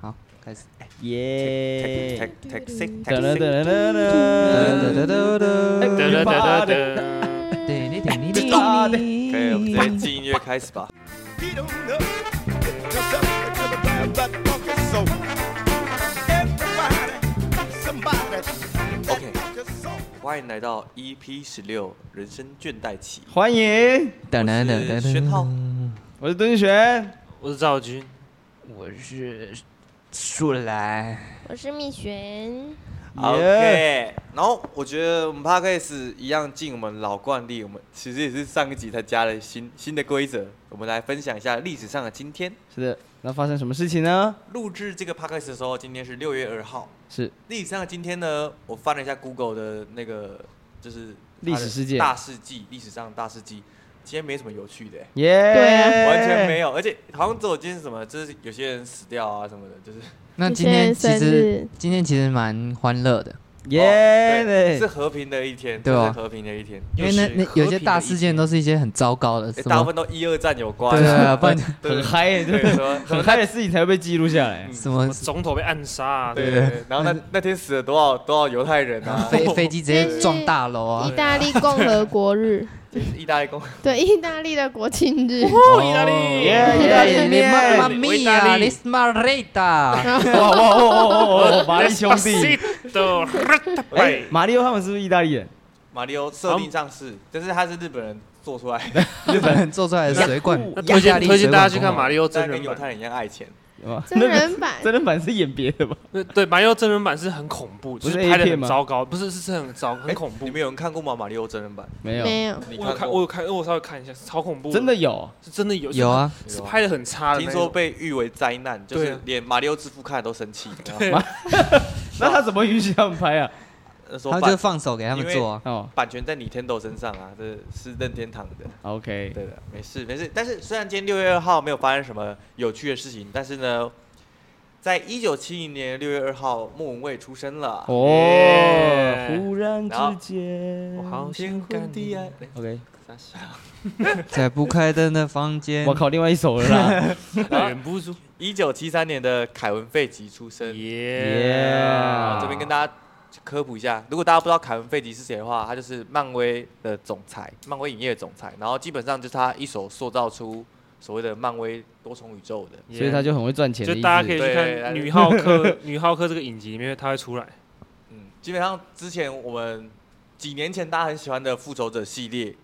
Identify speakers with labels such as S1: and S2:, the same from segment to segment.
S1: 好，开始。
S2: 耶！
S3: Taxi
S2: 噔
S3: taxi
S2: 噔噔
S3: taxi
S2: 噔噔噔
S3: 噔噔噔
S2: 噔
S3: 噔。
S1: 对，你点你点
S3: 可以，我们直接进音乐开始吧。
S4: He don't know just a little bit about that funky soul. Everybody, somebody, that
S3: Okay.
S4: funky soul.
S3: 欢迎来到 EP 十六人生倦怠期，
S2: 欢迎，
S1: 等等等
S3: 我
S1: 等
S3: 是宣浩，
S2: 我是敦玄。
S3: 我是赵军。
S1: 我是树懒，
S5: 我是蜜璇，
S3: OK，然后我觉得我们 Podcast 一样进我们老惯例，我们其实也是上一集才加了新新的规则，我们来分享一下历史上的今天。
S2: 是的，那发生什么事情呢？
S3: 录制这个 Podcast 的时候，今天是六月二号。
S2: 是
S3: 历史上的今天呢，我翻了一下 Google 的那个，就是它的
S2: 历史事件
S3: 大事记，历史上大事记，今天没什么有趣的、欸
S2: 耶，
S3: 完全没有，而且好像只有今天是什么，就是有些人死掉啊什么的，就是
S1: 那
S5: 你
S1: 今天其
S5: 现在生
S1: 实
S5: 日
S1: 今天其实蛮欢乐的，
S3: 哦
S2: 耶
S3: 对，是和平的一天，
S1: 对啊
S3: 这是和平的一天，
S1: 因为那那有些大事件都是一些很糟糕的，
S3: 诶
S1: 什
S3: 大
S1: 么
S3: 部分都一二战有关，
S1: 对啊，不然就
S3: 对
S2: 很嗨，就
S3: 对什么
S2: 很嗨的事情才会被记录下来
S3: 嗯。
S1: 什么
S6: 总统被暗杀、啊，
S3: 对对对，然后那那天死了多少多少犹太人啊，
S1: 飞飞机直接撞大楼啊
S5: 意，大利共和国日，
S3: 意大利公
S5: 对，意大利的国庆日，
S6: 哦，意大利，
S2: 耶
S1: 意大利面，Mamma
S6: 意大
S1: mia，
S6: 利
S1: this marita，
S2: 哇哇哦哦哦哦！玛丽兄弟，
S6: 的，
S2: 哎
S6: 呃哎，，
S2: 马里奥他们是不是意大利人？
S3: 马里奥设定上是，但是他是日本人做出来的，
S1: 日本人做出来的水管，
S6: 那推
S1: 意大
S6: 荐
S1: 利
S6: 推荐大家
S1: 水
S6: 去
S1: 管
S6: 看
S1: 工
S6: 马里奥
S3: 但
S6: 真
S3: 跟
S6: 人
S3: 犹太
S6: 版，
S3: 人一样爱钱，
S2: 有吗
S5: 真人版
S2: 真人版是演别的吧？
S6: 对对，马里奥真人版是很恐怖，
S2: 不
S6: 就是是拍的
S2: A 片
S6: 很
S2: 吗
S6: 糟糕，不是是是很糟很恐怖
S3: 你。们有人看过吗？马里奥真人版，
S2: 没有，
S5: 没有，
S3: 你
S6: 我有看，
S3: 过
S6: 我有看，我稍微看一下，超恐怖，
S2: 真的有。
S6: 是真的有
S1: 有，啊，
S6: 是拍的很差的那
S3: 听
S6: 种。
S3: 说被誉为灾难，就
S6: 对
S3: 是
S6: 啊
S3: 连马里奥之父看了都生气。然后
S6: 对
S2: 那他怎么允许他们拍啊？
S3: 那 时候
S1: 他就
S3: 版
S1: 放手给他们做啊，
S2: 哦
S3: 版权在 Nintendo 身上啊，这是任天堂的。
S2: ，OK，
S3: 对的，没事没事。但是虽然今天六月二号没有发生什么有趣的事情，但是呢，在一九七零年六月二号，莫文蔚出生
S2: 啊
S3: 了。
S2: 哦，忽然之间，
S6: 我好
S3: 天
S6: 想
S3: 昏
S6: 干
S3: 地
S6: 你
S3: 暗
S6: 啊！，
S3: 哎
S2: OK，
S3: 傻笑
S1: 在不开灯的房间
S2: 我，靠，另外一首了 啦，
S6: 忍不 住，
S3: 一九七三年的凯文·费吉出生。
S2: 耶
S3: 啊这边跟大家科普一下，如果大家不知道凯文·费吉是谁的话，他就是漫威的总裁，漫威影业的总裁。然后基本上就是他一手塑造出所谓的漫威多重宇宙的。
S2: 所以他就很会赚钱的
S6: 就
S2: 意思，
S6: 大家可以去
S3: 对对
S6: 看女浩克， 女浩克这个影集里面她会出来，
S3: 嗯，基本上之前我们几年前大家很喜欢的《复仇者》系列，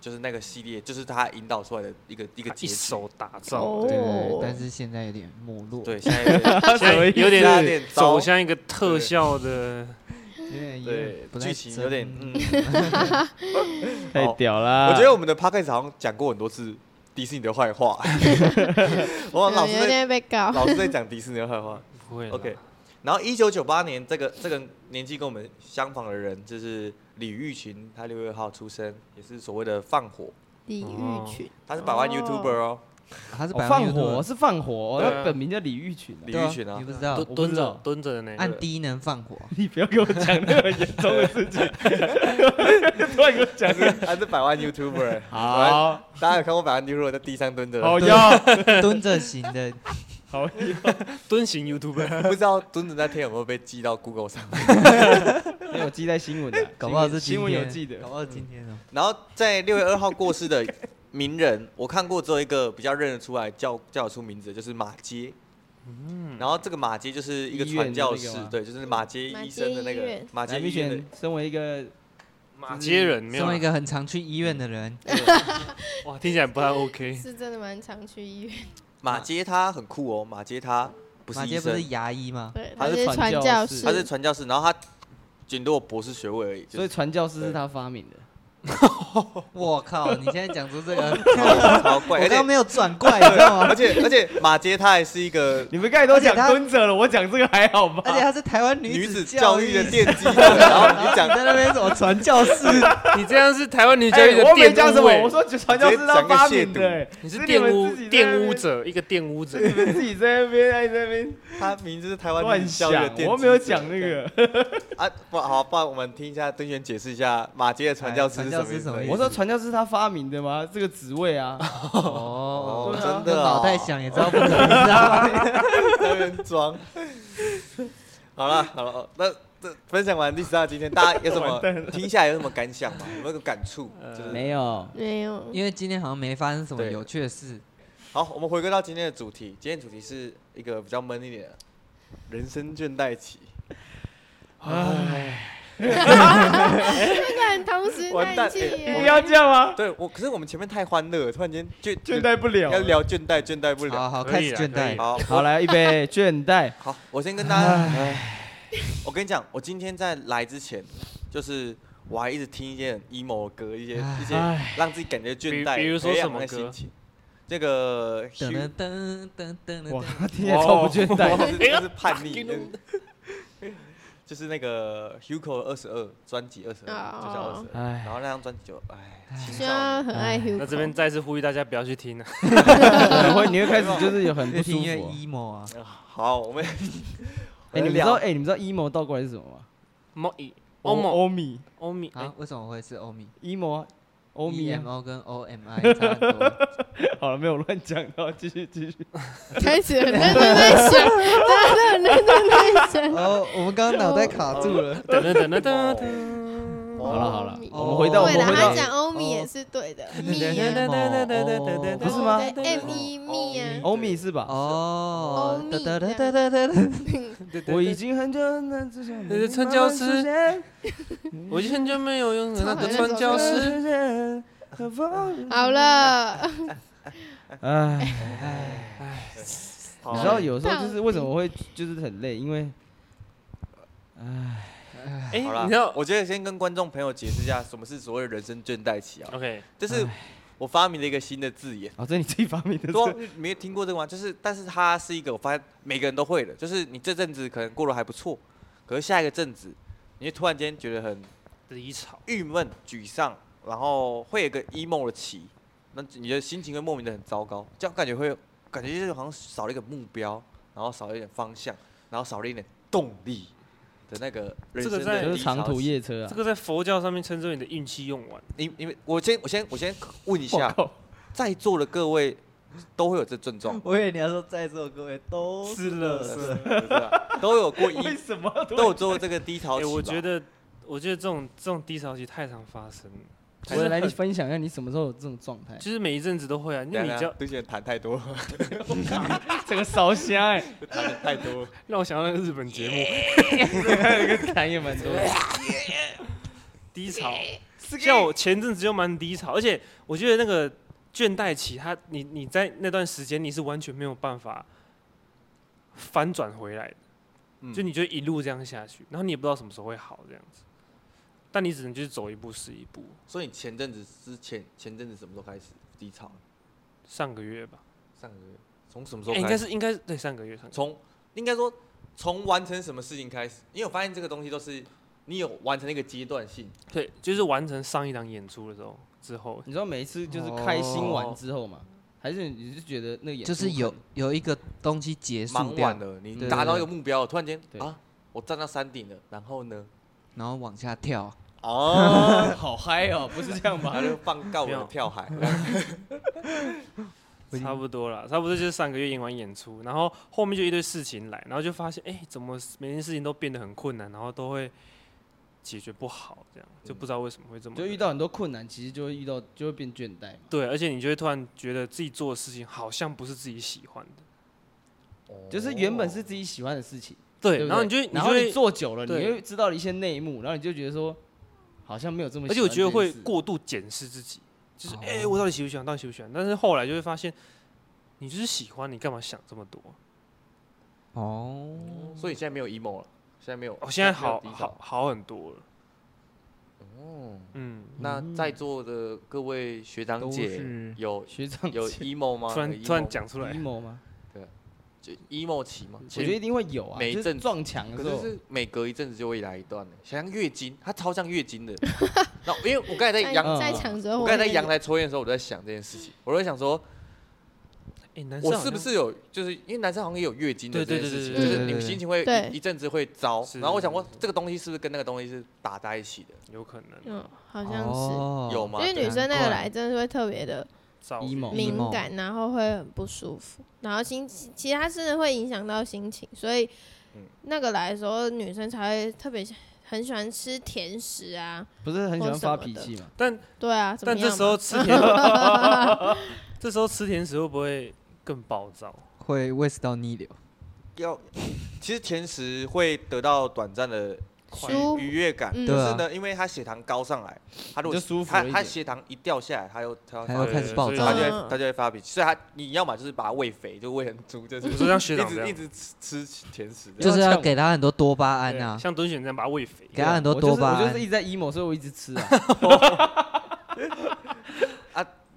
S3: 就是那个系列，就是他引导出来的一个一个
S6: 她
S3: 结
S6: 一
S3: 局。
S6: 手打造，
S5: 哦
S1: 对对对，但是现在有点没落，
S3: 对，现在
S6: 现在有
S3: 有点有
S6: 点
S3: 点糟
S6: 走向一个特效的。
S1: 有点有
S3: 对
S1: 点不太
S3: 剧情有点
S1: 真
S3: 嗯。
S2: 太屌
S5: 呃
S2: 啦！
S3: 我觉得我们的 p o d c a s 好像讲过很多次迪士尼的坏 话，我
S5: 可
S3: 老
S5: 能
S3: 师
S5: 有
S3: 在
S5: 点啊被告，
S3: 老师在讲迪士尼的坏话。
S6: 不会啦
S3: OK，然后一九九八年这个这个年纪跟我们相仿的人就是李玉群，他六月号出生，也是所谓的放火，
S5: 李玉群，
S3: 他是百万
S5: 哦
S3: YouTuber 哦，
S1: 他是
S2: 哦
S1: 百万
S2: 放
S1: YouTuber
S2: 火是放火，
S6: 对啊
S2: 他本名叫李玉群啊。
S3: 李
S1: 对啊
S3: 玉群啊
S1: 你。不知道
S2: 我
S6: 蹲
S2: 不
S6: 蹲
S2: 知道
S6: 着蹲着的那个，
S1: 按低能放 火，
S2: 你不要给我讲那么严重的事情， 突然给我
S3: 他
S2: 讲
S3: 是他是百万 YouTuber，百万
S2: 好
S3: 大家有看过百万 YouTuber 在地上蹲着的，
S2: 好
S5: 哦
S2: 呀，
S1: 蹲着行的，
S2: 好呀，
S6: 蹲型 YouTuber，
S3: 不知道蹲着那天有没有被记到 Google 上。
S2: 没有记在新闻的，
S1: 搞不好
S2: 新
S1: 是
S2: 闻
S1: 今
S2: 新闻有
S1: 天
S2: 记的
S1: 搞。不好今天哦，
S3: 然后在六月二号过世的名人，我看过只有一个比较认得出来叫叫得出名字的，就是马街。然后这个马街就是一个
S2: 嗯医院
S3: 传
S2: 的
S3: 教
S2: 那个
S3: 士
S2: 吗，
S3: 对，就是马街
S5: 马
S3: 医
S5: 街
S3: 生的那
S5: 医
S3: 个
S5: 院
S3: 马街
S2: 来，米
S3: 医院的
S2: 选，身为一个
S6: 马街人
S3: 嗯
S6: 没
S1: 身
S6: 有啦
S3: 啊
S1: 为一个很常去医院的人，
S6: 哇，听起来不太 OK。
S5: 是真的蛮常去医院，
S3: 马街他很酷哦，马街他不是
S1: 马
S3: 医
S1: 街不是
S3: 生，
S1: 牙医 吗？
S5: 对，
S2: 他
S5: 他
S2: 是
S5: 是
S2: 传教
S5: 教
S2: 士
S5: 士，
S3: 他是传教士，然后他顶多有博士学位而已。就
S2: 所以
S3: 是
S2: 传教士是他发明的。
S1: 我靠，你现在讲出这 个，
S3: 超超
S1: 我
S3: 哦怪，而
S1: 刚
S3: 且
S1: 刚没有转过来，你知道
S3: 而
S1: 吗？
S3: 且而且马街他还是一个
S2: 你们刚才都讲
S1: 而且他
S2: 蹲着了，我讲这个还好吧？
S1: 而且她是台湾
S3: 女
S1: 子
S3: 子教育
S1: 育
S3: 的 奠基者，然后你
S1: 讲
S3: 讲
S1: 在那边什么传教 士，
S6: 你这样是台湾女教
S2: 哎
S6: 育的
S2: 我没讲
S6: 玷
S2: 什
S6: 污
S2: 么，
S6: 欸
S2: 我说传教士是他发明的、欸，
S6: 你是
S2: 你
S6: 玷
S2: 们
S6: 污
S2: 自己在那
S6: 玷
S2: 边
S6: 污，者，一个玷污 者。
S2: 你们自己在那边哎在那边
S3: 他名字是台湾女
S2: 乱
S3: 子教育的
S2: 想
S3: 奠，
S2: 我
S3: 基
S2: 没有
S3: 者
S2: 讲那个。
S3: 啊，不好，不然我们听一下敦元解释一下马街的传教士是
S6: 是
S1: 教
S6: 什么意
S1: 师
S6: 思
S1: 什么意思？
S2: 我说传教士他发明的吗？这个职位啊，
S1: 哦，
S2: 对啊
S3: 真的、哦，
S1: 脑袋想也知道不可能，知道吗？
S3: 在那边装。 好了好了，那这分享完第十二今天，大家有什么听下来有什么感想吗？有没有个感触？就 是
S2: 没有，
S5: 没有，
S1: 因为今天好像没发生什么
S3: 对
S1: 有趣的事。
S3: 好，我们回归到今天的主题，今天主题是一个比较闷一点的，人生倦怠期。
S5: 这个人同时
S3: 完
S5: 叹
S3: 蛋
S5: 气
S3: 哎
S6: 一定
S5: 耶，
S6: 要这样吗？
S3: 对我，可是我们前面太欢乐了，突然间倦
S2: 倦怠不了
S3: 要。聊倦怠，倦怠不了。啊
S1: 好好，
S6: 可
S1: 开
S6: 以
S1: 始倦
S6: 啦可以
S1: 怠
S6: 啦。
S3: 好，
S2: 好，来预备，倦怠。
S3: 好，我先跟大家，我跟你讲，我今天在来之前，就是我还一直听一些很 emo 的歌，一些一些
S6: 唉
S3: 让自己感觉倦怠，
S6: 比比如说
S3: 培养
S6: 什么
S3: 那
S6: 歌
S3: 心情？这个
S1: 噔噔噔噔噔噔
S2: 哇
S1: 噔，，
S2: 听起来超不倦
S3: 但
S2: 怠。
S3: 是就是叛逆，就是那个 Hugo 二十二专辑二十二，就叫二十二，
S2: 哎
S3: 然，后那张专辑就哎，青
S5: 虽
S3: 少
S5: 然
S3: 年
S5: 很爱 Hugo，
S6: 那这边再次呼吁大家不要去听啊，
S2: 你会你会开始就是有很不
S1: 越
S2: 舒
S1: 听
S2: 服
S1: 越
S2: 啊。
S1: emo 啊！
S3: 啊好，我们
S2: 哎，你
S3: 我们
S2: 们知道
S3: 聊
S2: 哎，你们知道 emo 倒过来是什么吗？
S6: 莫伊欧莫
S2: 欧米
S6: 欧米，哎
S1: 啊，为什么会是欧米？
S2: emo 啊欧米
S1: E
S2: 啊
S1: M。O 跟 O M I 差很多。
S2: 好了，没有乱讲，然后继续继续。
S5: 开始认真在想，真的认真在想。
S1: 哦，我们刚刚脑袋卡住了。
S6: 等等等等等等，
S3: 哦
S2: 好了好了，
S5: 米
S2: 我们回到我
S5: 对
S2: 们
S5: 了，
S2: 回
S5: 他
S2: 到
S5: 讲欧米也是对的，米啊，
S1: 哦
S2: 不是吗
S5: 对，M 一蜜啊，
S2: 欧米是吧？
S1: 哦
S5: 欧，米
S1: 哒哒
S5: 这
S1: 哒
S5: 样
S1: 哒哒哒哒。，
S2: 我已经很久很久
S6: 对对传教士我已经很久没有用那个传教士。
S5: 好了，
S2: 哎，
S3: 好
S2: 你知道有时候就是为什么会就是很累，因为
S6: 哎，
S3: 好啦
S6: 你知道
S3: 我觉得先跟观众朋友解释一下什么是所谓的人生倦怠期啊，
S6: ？OK，
S3: 这是我发明了一个新的字 眼。
S2: 哦，这是你自己发明的，
S3: 说没有听过这个吗？就是，但是它是一个我发现每个人都会的，就是你这阵子可能过得还不错，可是下一个阵子，你会突然间觉得很
S6: 离巢。
S3: 郁闷、沮丧，然后会有一个 emo 的期，那你的心情会莫名的很糟糕，这样感觉会感觉就是好像少了一个目标，然后少了一点方向，然后少了一点动力的那个人
S6: 这个
S3: 生
S6: 在
S3: 的
S2: 就是
S3: 低潮
S2: 长途
S3: 期
S2: 夜车啊
S6: 这。个在佛教上面称之为你的运气用完。
S3: 你你们，我先我先我先问一下，在座的各位都会有这症状
S1: 我以为你要说在座各位都
S6: 是 了
S1: 是
S3: 是吧都有 过一
S2: 什么都
S3: 都有做过这个低潮
S6: 哎，
S3: 期吧。
S6: 我觉得，我觉得这种这种低潮期太常发生了，
S2: 我来你分享一下你什么时候有这种状态？
S6: 就是每一阵子都会啊。因
S3: 等
S6: 为
S3: 一
S6: 你
S3: 下
S6: 只要
S3: 对不起谈太 多，
S2: 这个烧香哎，
S3: 谈的太多。
S6: 让我想到那个日本节目
S2: 痰也蛮 多。
S6: 低潮，像我前阵子就蛮低潮，而且我觉得那个倦怠期，它你你在那段时间你是完全没有办法翻转回来的。
S3: 嗯
S6: 就你就一路这样下去，然后你也不知道什么时候会好这样子，但你只能就是走一步是一步。
S3: 所以你前阵子之前前阵子什么时候开始低潮？
S6: 上个月吧，
S3: 上个月从什么时
S6: 哎
S3: 候开始？
S6: 应该是应该是对上个月上个月
S3: 从应该说从完成什么事情开始，因为我发现这个东西都是你有完成一个阶段性，
S6: 对，就是完成上一档演出的时候之后，
S2: 你知道每一次就是开心完之后嘛，还是你哦是觉得那个演出
S1: 就是有
S2: 很
S1: 有一个东西结束
S3: 忙
S1: 掉
S3: 完，了，你
S1: 对
S3: 达到一
S1: 对
S3: 个目标了，突然间
S2: 对
S3: 啊，我站到山顶了，然后呢？
S1: 然后往下跳。
S3: 哦，
S2: 好嗨哦，不是这样吧
S3: 然？后 就放告我
S6: 没有
S3: 的跳海，
S6: 差不多了，差不多就是上个月演完演出，然后后面就一堆事情来，然后就发现哎、怎么每件事情都变得很困难，然后都会解决不好，这样就不知道为什么会这么
S2: 嗯就遇到很多困难，其实就会遇到就会变倦怠嘛。
S6: 对，而且你就会突然觉得自己做的事情好像不是自己喜欢的，
S2: 就是原本是自己喜欢的事情，对
S6: 对，
S2: 不对，
S6: 然后你就
S2: 然后
S6: 你就
S2: 你
S6: 会
S2: 做久了，你
S6: 对
S2: 会知道了一些内幕，然后你就觉得说好像没有这么喜
S6: 而
S2: 欢这
S6: 且我
S2: 件事，哦
S6: 觉得会过度检视自己，就是哎、我到底喜不喜欢，到底喜不喜欢？但是后来就会发现，你就是喜欢，你干嘛想这么多？
S1: 哦，
S3: 所以现在没有 emo 了，现在没有，
S6: 我、哦现在
S3: 没有
S6: 好
S3: 低潮
S6: 好。好很多了。
S2: 哦
S3: 嗯，
S6: 嗯，
S3: 那在座的各位学长
S2: 都
S3: 姐
S6: 是
S3: 有
S2: 学长
S3: 有 emo 吗？
S6: 突
S3: 有
S6: 然
S3: emo
S6: 突然讲出来，
S2: emo 吗？
S3: 就 emo 期吗？
S2: 我觉得一定会有啊，
S3: 每一
S2: 就是
S3: 阵子
S2: 撞墙的
S3: 可
S2: 时
S3: 是
S2: 候，
S3: 是每隔一阵子就会来一段的，像月经，它超像月经的。那因为我刚才在
S5: 在
S3: 阳
S2: 嗯
S5: 在抢着
S3: 我
S5: 火
S3: 刚
S5: 焰，
S3: 才在阳台抽烟的时候，我在想这件事情，我在想说，
S6: 哎，男生
S3: 我
S6: 好
S3: 是不
S6: 像
S3: 是有，就是因为男生好像也有月经的这
S6: 对
S3: 件
S6: 对
S3: 事
S6: 对
S3: 情，
S5: 对
S3: 就
S5: 对
S3: 是
S1: 对
S3: 你们
S1: 对
S3: 心情会
S5: 对
S3: 一阵子会糟，
S6: 是
S3: 然后我想
S6: 是
S3: 说这个东西是不是跟那个东西是打在一起的？
S6: 有可能
S5: 嗯，好像是，
S1: 哦
S3: 有吗
S5: 因为女生那个来真的会特别的
S6: 造
S2: emo
S5: 敏感，然后会很不舒服，然后心情其他是会影响到心情，所以
S3: 嗯
S5: 那个来的时候，女生才会特别很喜欢吃甜食啊，
S2: 不是很喜
S5: 或
S2: 欢
S5: 什
S2: 发
S5: 么
S2: 脾
S5: 的
S2: 气嘛？
S6: 但
S5: 对啊，怎么
S6: 但这
S5: 样
S6: 时候
S5: 嘛
S6: 吃甜， 这时候吃甜食会不会更暴躁？
S1: 会胃食道逆流，
S3: 要，其实甜食会得到短暂的
S6: 快
S5: 舒
S3: 愉愉悦感，
S5: 嗯
S3: 但
S1: 对
S3: 是
S1: 啊
S3: 呢，因为他血糖高上来，他如
S2: 你就
S3: 果
S2: 舒服
S3: 他
S2: 了一
S3: 他
S2: 点
S3: 血糖一掉下来，他又他又
S1: 还
S3: 发
S1: 要
S3: 脾
S1: 开
S3: 气
S1: 始暴
S6: 对
S1: 躁
S3: 他就
S5: 所以。
S3: 会他就会发脾气，所以他你要么就是把他喂肥，就喂很猪，就是
S6: 我说像学
S3: 一
S6: 长这
S3: 直一
S6: 样，
S3: 直吃吃甜食这
S1: 就
S3: 样，
S1: 是要给他很多多巴胺
S6: 对
S1: 啊，
S6: 像蹲选这样把它喂肥。
S1: 给他很多
S2: 我就是
S1: 多巴
S2: 我就是
S1: 胺
S2: 一。直在 emo，所以我一直吃啊。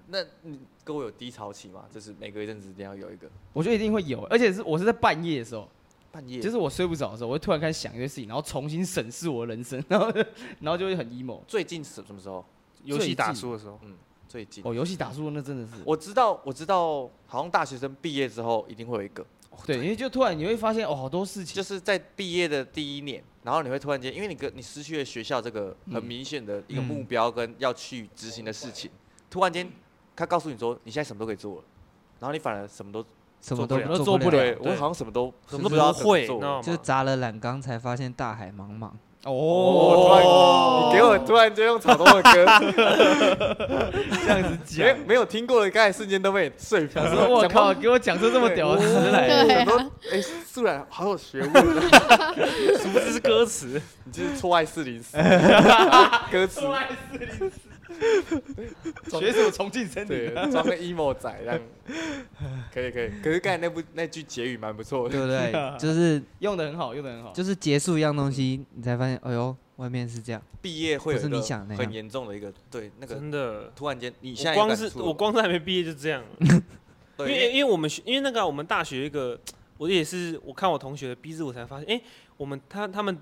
S3: 那你各位有低潮期吗？就是每隔一阵子一定要有一个
S2: 我觉得一定会有，而且是我是在半夜的时候，
S3: 半夜，
S2: 就是我睡不着的时候，我会突然开始想一些事情，然后重新审视我的人生， 然后然后就会很 emo。
S3: 最近什什么时候？
S6: 游戏打输的时候，
S3: 最近
S2: 哦，游戏打输了那真的是，
S3: 我知道，我知道，好像大学生毕业之后一定会有一个，
S2: 对，因为就突然你会发现哦，好多事情，
S3: 就是在毕业的第一年，然后你会突然间，因为你跟你失去了学校这个很
S2: 嗯
S3: 明显的一个
S1: 嗯
S3: 目标跟要去执行的事情，突然间他告诉你说你现在什么都可以做了，然后你反而什么都
S1: 什么都
S6: 做不了
S1: 做
S2: 做不了
S1: 了，
S3: 我好像什么都
S6: 什么
S3: 不
S6: 都
S3: 知道
S6: 不
S3: 怎么
S6: 会
S3: 做
S6: 你知道
S3: 了
S6: 吗
S1: 就砸了染缸才发现大海茫茫。
S3: 哦，突然你给我突然间用草东的歌，
S2: 这样子
S3: 没
S2: 讲。
S3: 没有听过的，刚才瞬间都被你说服
S2: 想 说，我靠，给我讲出这么屌的词来，
S5: 对
S3: 很多
S5: 啊，
S3: 哎，素然好有学问，啊
S6: 殊不知是歌词。
S3: 你就是错爱四零 四歌词，
S2: 学什么重庆森
S3: 对
S6: 啊
S2: 林？，
S3: 装个 emo 仔这样，可以可以。可是刚才那部那句结语蛮不错
S1: 对
S3: 的，
S1: 不对？就是
S2: 用的很好，用的很好。
S1: 就是结束一样东西，你才发现，哎呦，外面是这样。
S3: 毕业会有一
S1: 不是
S3: 个
S1: 你想的那样
S3: 很严重的一个对那个
S6: 真的，
S3: 突然间，你现在
S6: 我
S3: 有
S6: 光
S3: 感
S6: 是
S3: 触了
S6: 我光是还没毕业就这样了， 因为
S3: 对
S6: 因为我们学因为那个啊我们大学有一个，我也是我看我同学的毕制，我才发现，哎、我们他他们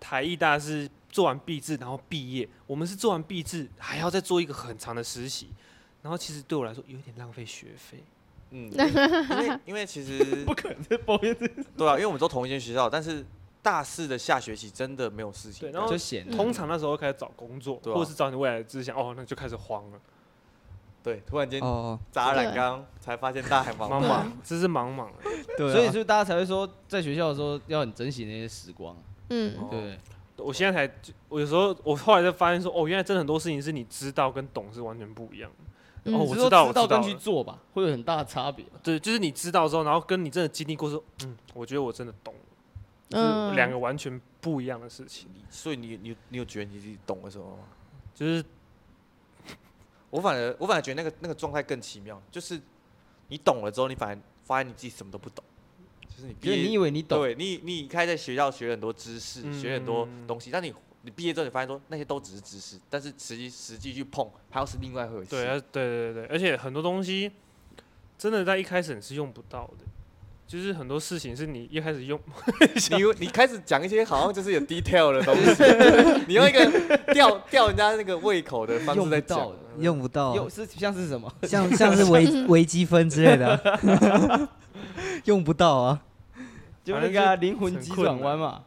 S6: 台艺大是做完毕制然后毕业，我们是做完毕制还要再做一个很长的实习，然后其实对我来说有点浪费学费。
S3: 嗯，因为因为其 实
S2: 不可能在抱怨这个，
S3: 对啊，因为我们都同一间学校，但是大四的下学期真的没有事情
S6: 对，然后
S2: 就闲了。
S6: 通常那时候开始找工作，
S3: 对啊
S6: 或者是找你未来的志向，哦，那就开始慌了，
S3: 对，突然间
S1: 哦，
S3: 砸了染缸，才发现大海茫
S6: 茫
S3: 茫。
S6: 茫，这是茫茫。
S1: 对啊
S2: 所以就大家才会说，在学校的时候要很珍惜那些时光，
S5: 嗯，
S2: 对不对？
S6: 我现在才，我有时候我后来才发现说，哦，原来真的很多事情是你知道跟懂是完全不一样的。
S5: 嗯
S2: 只
S6: 哦，我
S2: 是
S6: 知
S2: 说
S6: 道，我
S2: 知
S6: 知道
S2: 道跟
S6: 了
S2: 去做吧，会有很大的差别。
S6: 对，就是你知道之后，然后跟你真的经历过之后，嗯，我觉得我真的懂了，
S5: 嗯
S6: 就是两个完全不一样的事情，
S3: 所以你你你有觉得你自己懂了什么吗？
S6: 就是
S3: 我反而我反而觉得那个那个状态更奇妙，就是你懂了之后，你反而发现你自己什么都不懂，就是你毕
S2: 因为
S3: 业
S2: 你以为你懂，
S3: 对你，你开在学校学很多知识，学很多
S6: 嗯
S3: 东西，但你你毕业之后，你发现说那些都只是知识，但是实际实际去碰，它又是另外一回事。
S6: 对，啊，对对对，而且很多东西真的在一开始你是用不到的，就是很多事情是你一开始用，
S3: 你有你开始讲一些好像就是有 detail 的东西， 你用一个吊吊人家那个胃口的方
S2: 用
S3: 式在
S2: 不
S3: 讲
S2: 到，的，
S1: 用不到，啊
S2: 又是像是什么？
S1: 像像是 微微积分之类的啊，用不到啊。
S2: 就那个啊
S6: 反正
S2: 灵魂急转弯嘛。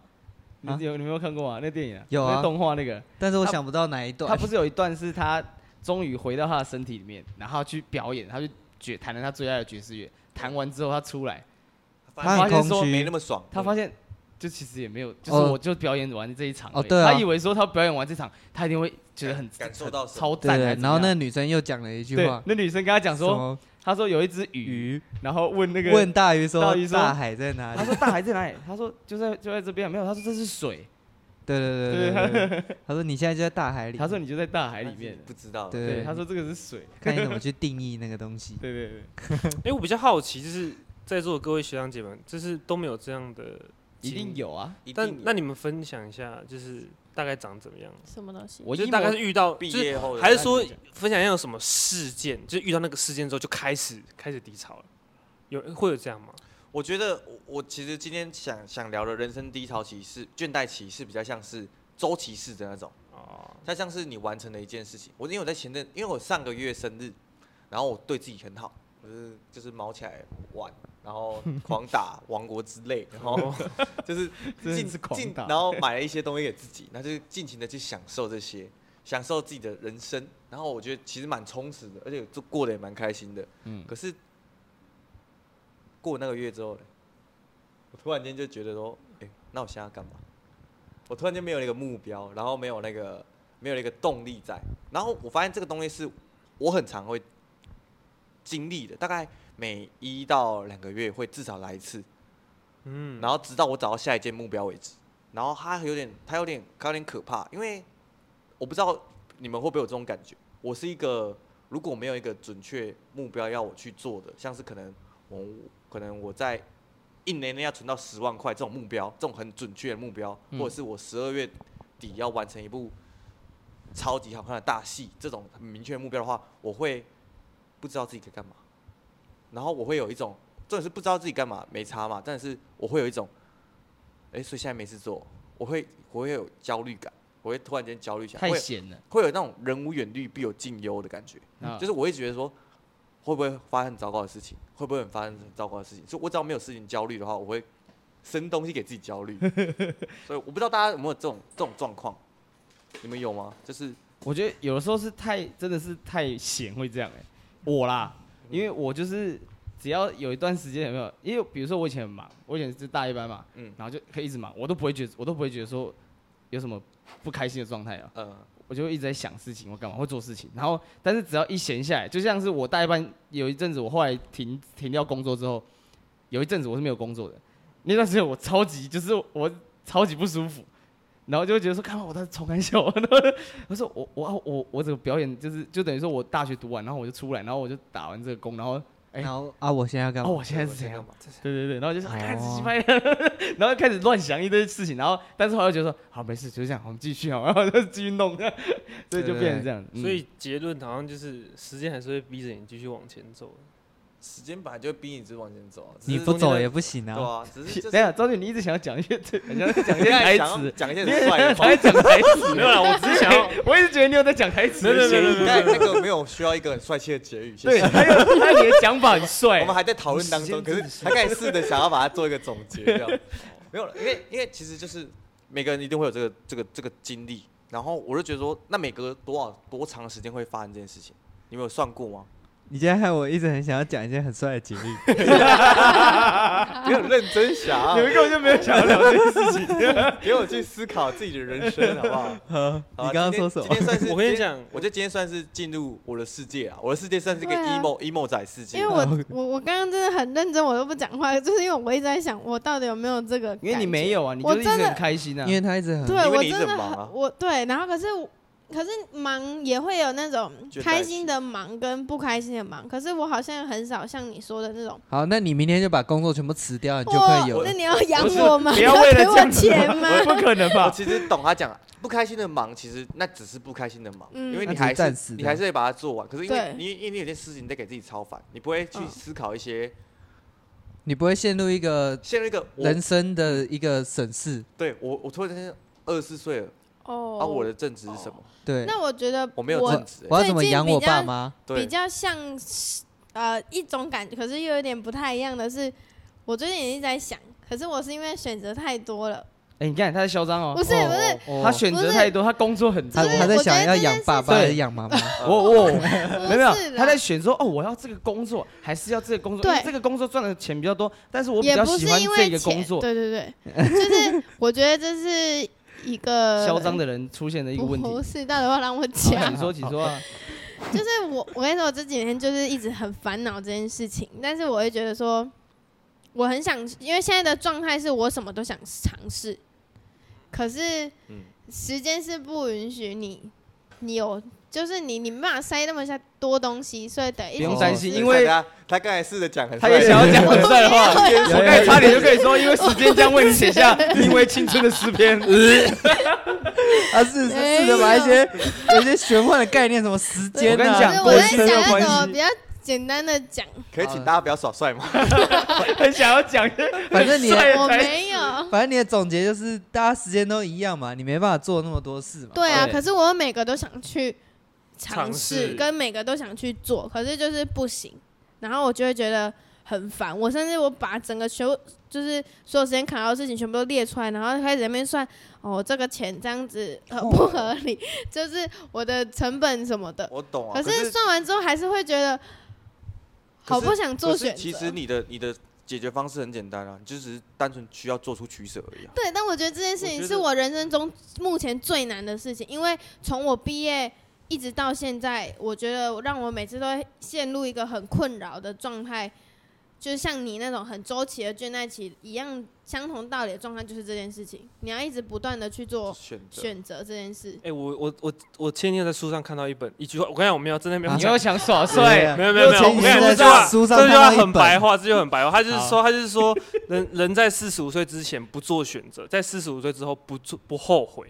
S2: 你
S1: 困难
S2: 有你有没有看过啊？那电影啊，
S1: 有啊
S2: 那动画那个，
S1: 但是我
S2: 他
S1: 想不到哪一
S2: 他
S1: 段。
S2: 不是有一段是他终于回到他的身体里面，然后他去表演，他去爵弹了他最爱的爵士乐，弹完之后他出来，
S1: 他很
S2: 发现
S1: 空
S2: 说
S1: 虚
S3: 没那，么爽。嗯
S2: 他发现就其实也没有，就是
S1: 哦
S2: 我就表演完这一场
S1: 哦
S2: 而已
S1: 对啊
S2: 他以为说他表演完这场，他一定会觉得很
S3: 感受到什么
S2: 超
S1: 对
S2: 赞，还
S1: 对
S2: 是。怎么
S1: 然后
S2: 样
S1: 那女生又讲了一句
S2: 对
S1: 话，
S2: 那女生跟他讲
S1: 什
S2: 说，
S1: 么
S2: 他说有一只鱼，
S1: 鱼？
S2: 然后问那个
S1: 问大鱼说
S2: 大鱼说
S1: 大海在哪
S2: 他
S1: 里？
S2: 说大海在哪里？他说就在就在这边啊，没有。他说这是水，
S1: 对对对对对对 对。他说你现在就在大海里。
S2: 他说你就在大海
S3: 但
S2: 里
S3: 是
S2: 面了。
S3: 不知道，
S1: 对
S2: 对，
S1: 对，
S2: 他说这个是水。
S1: 看你怎么去定义那个东西。
S2: 对对对，
S6: 哎，我比较好奇，就是在座的各位学长姐们，就是都没有这样的，
S2: 一定有啊。
S3: 一定
S6: 但
S3: 有
S6: 那你们分享一下，就是大概长怎么样？
S5: 什么东西？
S2: 我
S6: 就
S2: 一
S6: 是大概是遇到
S3: 毕
S6: 就是
S3: 业后的
S6: 还是
S3: 那
S6: 说
S3: 你讲
S6: 分享一下有什么事件，就是遇到那个事件之后就开始开始低潮了，有会有这样吗？
S3: 我觉得我我其实今天想想聊的人生低潮期是倦怠期，是比较像是周期式的那种。
S6: 哦，
S3: 它像是你完成了一件事情。我因为我在前阵，因为我上个月生日，然后我对自己很好，我就是就是毛起来玩，然后狂打王国之泪，然后 就是
S2: 真的
S3: 尽
S2: 是狂
S3: 尽，
S2: 打
S3: 然后买了一些东西给自己，那就是尽情的去享受这些，享受自己的人生。然后我觉得其实蛮充实的，而且就过得也蛮开心的。
S2: 嗯
S3: 可是过那个月之后呢，我突然间就觉得说，哎、那我现在要干嘛？我突然间没有那个目标，然后没有那个没有那个动力在。然后我发现这个东西是我很常会经历的，大概每一到两个月会至少来一次，
S6: 嗯，
S3: 然后直到我找到下一件目标为止。然后它有点，它有点，它有点可怕，因为我不知道你们会不会有这种感觉。我是一个如果没有一个准确目标要我去做的，像是可能我可能我在一年内要存到十万块这种目标，这种很准确的目标，
S2: 嗯
S3: 或者是我十二月底要完成一部超级好看的大戏，这种很明确的目标的话，我会不知道自己该干嘛，然后我会有一种，真的是不知道自己干嘛，没差嘛，但是我会有一种，哎、所以现在没事做，我会我会有焦虑感，我会突然间焦虑起来，
S2: 太
S3: 会有
S2: 闲了，
S3: 会有那种人无远虑必有近忧的感觉，
S6: 嗯
S2: 啊
S3: 就是我会觉得说，会不会发生很糟糕的事情，会不会很发生很糟糕的事情？所以我只要没有事情焦虑的话，我会生东西给自己焦 虑。所以我不知道大家有没有这种这种状况，你们有吗？就是
S2: 我觉得有的时候是太真的是太闲会这样哎、我啦，因为我就是只要有一段时间有没有，因为比如说我以前很忙，我以前是大一班嘛，
S3: 嗯
S2: 然后就可以一直忙，我都不会觉得我都不会觉得说有什么不开心的状态啊，
S3: 呃，
S2: 我就会一直在想事情，我干嘛会做事情，然后但是只要一闲下来，就像是我大一班有一阵子，我后来停停掉工作之后，有一阵子我是没有工作的，那段时间我超级就是我超级不舒服，然后就会觉得说，看我在重看笑，然后我说 我我我我这个表演就是就等于说我大学读完，然后我就出来，然后我就打完这个工，然后 哎
S1: 然后啊，我现在要干
S2: 哦
S1: 嘛？
S2: 我现在是怎
S3: 这
S2: 样
S3: 样？嘛，
S2: 对对对，然后就是啊
S1: 哦
S2: 看自己拍的，然后开始乱想一堆事情，然后但是后来就觉得说好没事，就这样，我们继续 好，然后就继续弄，所以就变成这样。嗯
S6: 所以结论好像就是时间还是会逼着你继续往前走。
S3: 时间本来就会逼你一直往前走啊，只
S1: 你
S3: 是
S1: 不
S3: 中间
S1: 走
S3: 的
S1: 也不行
S3: 对
S1: 啊！
S3: 啊，只是就
S2: 等一
S3: 是
S2: 下，周俊，你一直想要讲一些， 很像在讲一些
S3: 现在
S2: 台
S3: 想哦
S2: 词
S3: 要，讲一些
S2: 你
S3: 很
S2: 很
S3: 帅的
S2: 像在。
S3: 话
S2: 讲台词。
S6: 没有啦，我只是想要，
S2: 我一直觉得你有在讲台词
S6: 没有没
S2: 的
S6: 有
S2: 嫌
S6: 没有
S2: 疑。
S3: 你看那个没有需要一个很帅气的结语，谢
S2: 对，
S3: 谢。
S2: 还有 他你的讲法很帅
S3: 我们。还在讨论当中，可是他开始试着想要把它做一个总结 掉。没有了，因为因为其实就是每个人一定会有这个这个这个经历，然后我就觉得说，那每隔多少多长的时间会发生这件事情？你们有算 过吗？
S1: 你今天害我一直很想要讲一些很帅的经 历，
S3: 没有认真想啊
S2: 你， 们根本就没有想要聊这个事情。
S3: 给我去思考自己的人生，好不 好？好啊
S1: 你刚刚说什
S3: 今
S1: 么？
S3: 天今天算是
S6: 我跟你，讲，
S3: 我觉得今天算是进入我的世界啊，我的世界算是一个
S5: 对啊
S3: emo emo 仔世界
S5: 因为。我我我刚刚真的很认真，我都不讲话，就是因为我一直在想，我到底有没有这个？
S2: 因为你没，有啊，你就
S5: 我
S2: 是一直
S5: 真的
S2: 很开心啊。
S1: 因为他一直很
S5: 对
S3: 因为
S5: 我
S3: 你一
S5: 真
S3: 直
S5: 的
S3: 忙啊
S5: 很我对，然后可是我可是忙也会有那种
S3: 倦怠
S5: 开心的忙跟不开心的忙，可是我好像很少像你说的那种，
S1: 好，那你明天就把工作全部辞掉，你就可以有
S5: 哇
S1: 了
S5: 那。你要养
S2: 不是
S5: 我吗？
S2: 不要为了
S5: 给
S2: 这样
S5: 我
S2: 子
S5: 钱吗？
S2: 不可能
S3: 啊我
S2: 吧？
S3: 其实懂他讲，不开心的忙，其实那只是不开心的忙，
S5: 嗯
S3: 因为
S1: 那
S3: 你
S1: 只是
S3: 还
S1: 暂时
S3: 是
S1: 的
S3: 你还是得把它做完。可是因为
S5: 对
S3: 你因为你有些事情你在给自己超烦，你不会去
S5: 嗯
S3: 思考一些
S1: 你不会陷入一个
S3: 陷入一个我
S1: 人生的一个审视，
S3: 对我我突然间二十四岁了，
S5: 哦
S3: 啊，我的正职是什么？
S1: 对。
S5: 那我觉得
S3: 我没有
S5: 我
S3: 正职欸，
S1: 我要怎么
S5: 最近
S1: 养我
S5: 比较
S1: 爸妈？
S5: 比
S3: 对，
S5: 较像是呃一种感觉，可是又有点不太一样的是，我最近也一直在想，可是我是因为选择太多了，
S2: 哎，你看他在嚣张
S5: 不
S2: 哦，
S5: 是不是，
S1: 哦
S2: 他选择太多，他工作很多
S1: 他。
S5: 就是
S1: 他在
S5: 我觉
S1: 想
S5: 得
S1: 要
S5: 这
S1: 养
S5: 件
S1: 爸
S5: 事
S1: 爸还
S2: 情
S1: 是养妈妈？
S2: 我我
S5: 不
S2: 没有没
S5: 是
S2: 有，
S5: 啦
S2: 他在选说哦，我要这个工作还是要这个工作？
S5: 对
S2: 因为这个工作赚的钱比较多，但是我比
S5: 也
S2: 较
S5: 不
S2: 喜
S5: 是
S2: 欢
S5: 因
S2: 这
S5: 为
S2: 个工
S5: 钱，
S2: 作。
S5: 对对 对，就是我觉得这是一个
S2: 嚣张的人出现的一个问题。
S5: 不是，到底要让我
S2: 好
S5: 讲
S2: 你？说，请说啊。
S5: 就是我，我跟你说，我这几天就是一直很烦恼这件事情，但是我会觉得说，我很想，因为现在的状态是我什么都想尝试，可是
S3: 嗯
S5: 时间是不允许你，你有就是你你没办法塞那么下多东西，所以得一
S2: 不
S5: 直
S2: 用
S1: 哦
S2: 担心，
S3: 对
S2: 因为
S3: 他他刚才试着讲很
S2: 他
S3: 帅，
S2: 也想要讲很帅的话。我
S1: 有
S2: 刚才
S1: 有
S2: 差点就可以说，因为时间将为你写 下因为青春的诗 篇。
S6: 嗯
S1: 他啊是
S5: 没
S1: 试着把一
S5: 有
S1: 些有一些玄幻的概念，什么时
S2: 我
S1: 间
S2: 跟你
S5: 可
S1: 啊
S5: 是
S2: 讲，
S5: 我
S2: 多
S5: 在
S2: 深
S5: 想
S2: 有
S5: 要怎么
S2: 关
S5: 比
S2: 系，
S5: 较简单的讲，
S3: 可以请大家不要耍帅吗？
S2: 很想要讲。
S1: 反正你
S2: 帅对
S5: 我
S2: 才
S5: 没有。
S1: 反正你的总结就是，大家时间都一样嘛，你没办法做那么多事嘛。
S5: 对啊，
S2: 对
S5: 可是我每个都想去尝
S6: 尝试
S5: 试，跟每个都想去做，可是就是不行。然后我就会觉得很烦。我甚至我把整个全部就是所有时间卡到的事情全部都列出来，然后开始在那边算哦，这个钱这样子很不合理，就是我的成本什么的。
S3: 我懂啊。
S5: 可是算完之后还是会觉得
S3: 可
S5: 好
S3: 是
S5: 不想做
S3: 可是
S5: 选择。
S3: 其实你的你的解决方式很简单啊，你就只是单纯需要做出取舍而已、啊。
S5: 对，但我觉得这件事
S6: 我
S5: 情
S6: 觉
S5: 是
S6: 得
S5: 我人生中目前最难的事情，因为从我毕业一直到现在，我觉得让我每次都会陷入一个很困扰的状态，就是像你那种很周期的倦怠期一样，相同道理的状态就是这件事情，你要一直不断的去做
S3: 选择
S5: 选择这件事。
S6: 哎、我我我我前天在书上看到一本一句话，我跟你讲，我没有真的没有
S2: 你
S6: 讲
S2: 又想耍
S1: 对
S2: 帅
S1: 啊？
S6: 没有没有没有，
S1: 前
S6: 我
S1: 几
S6: 跟啊你
S1: 天在
S6: 讲这句话，
S1: 书上
S6: 这句话
S1: 看到一
S6: 很白
S1: 本
S6: 话，这句话很白话，他就是
S1: 好
S6: 说，他就是说，人人在四十五岁之前不做选择，在四十五岁之后不做不后 悔。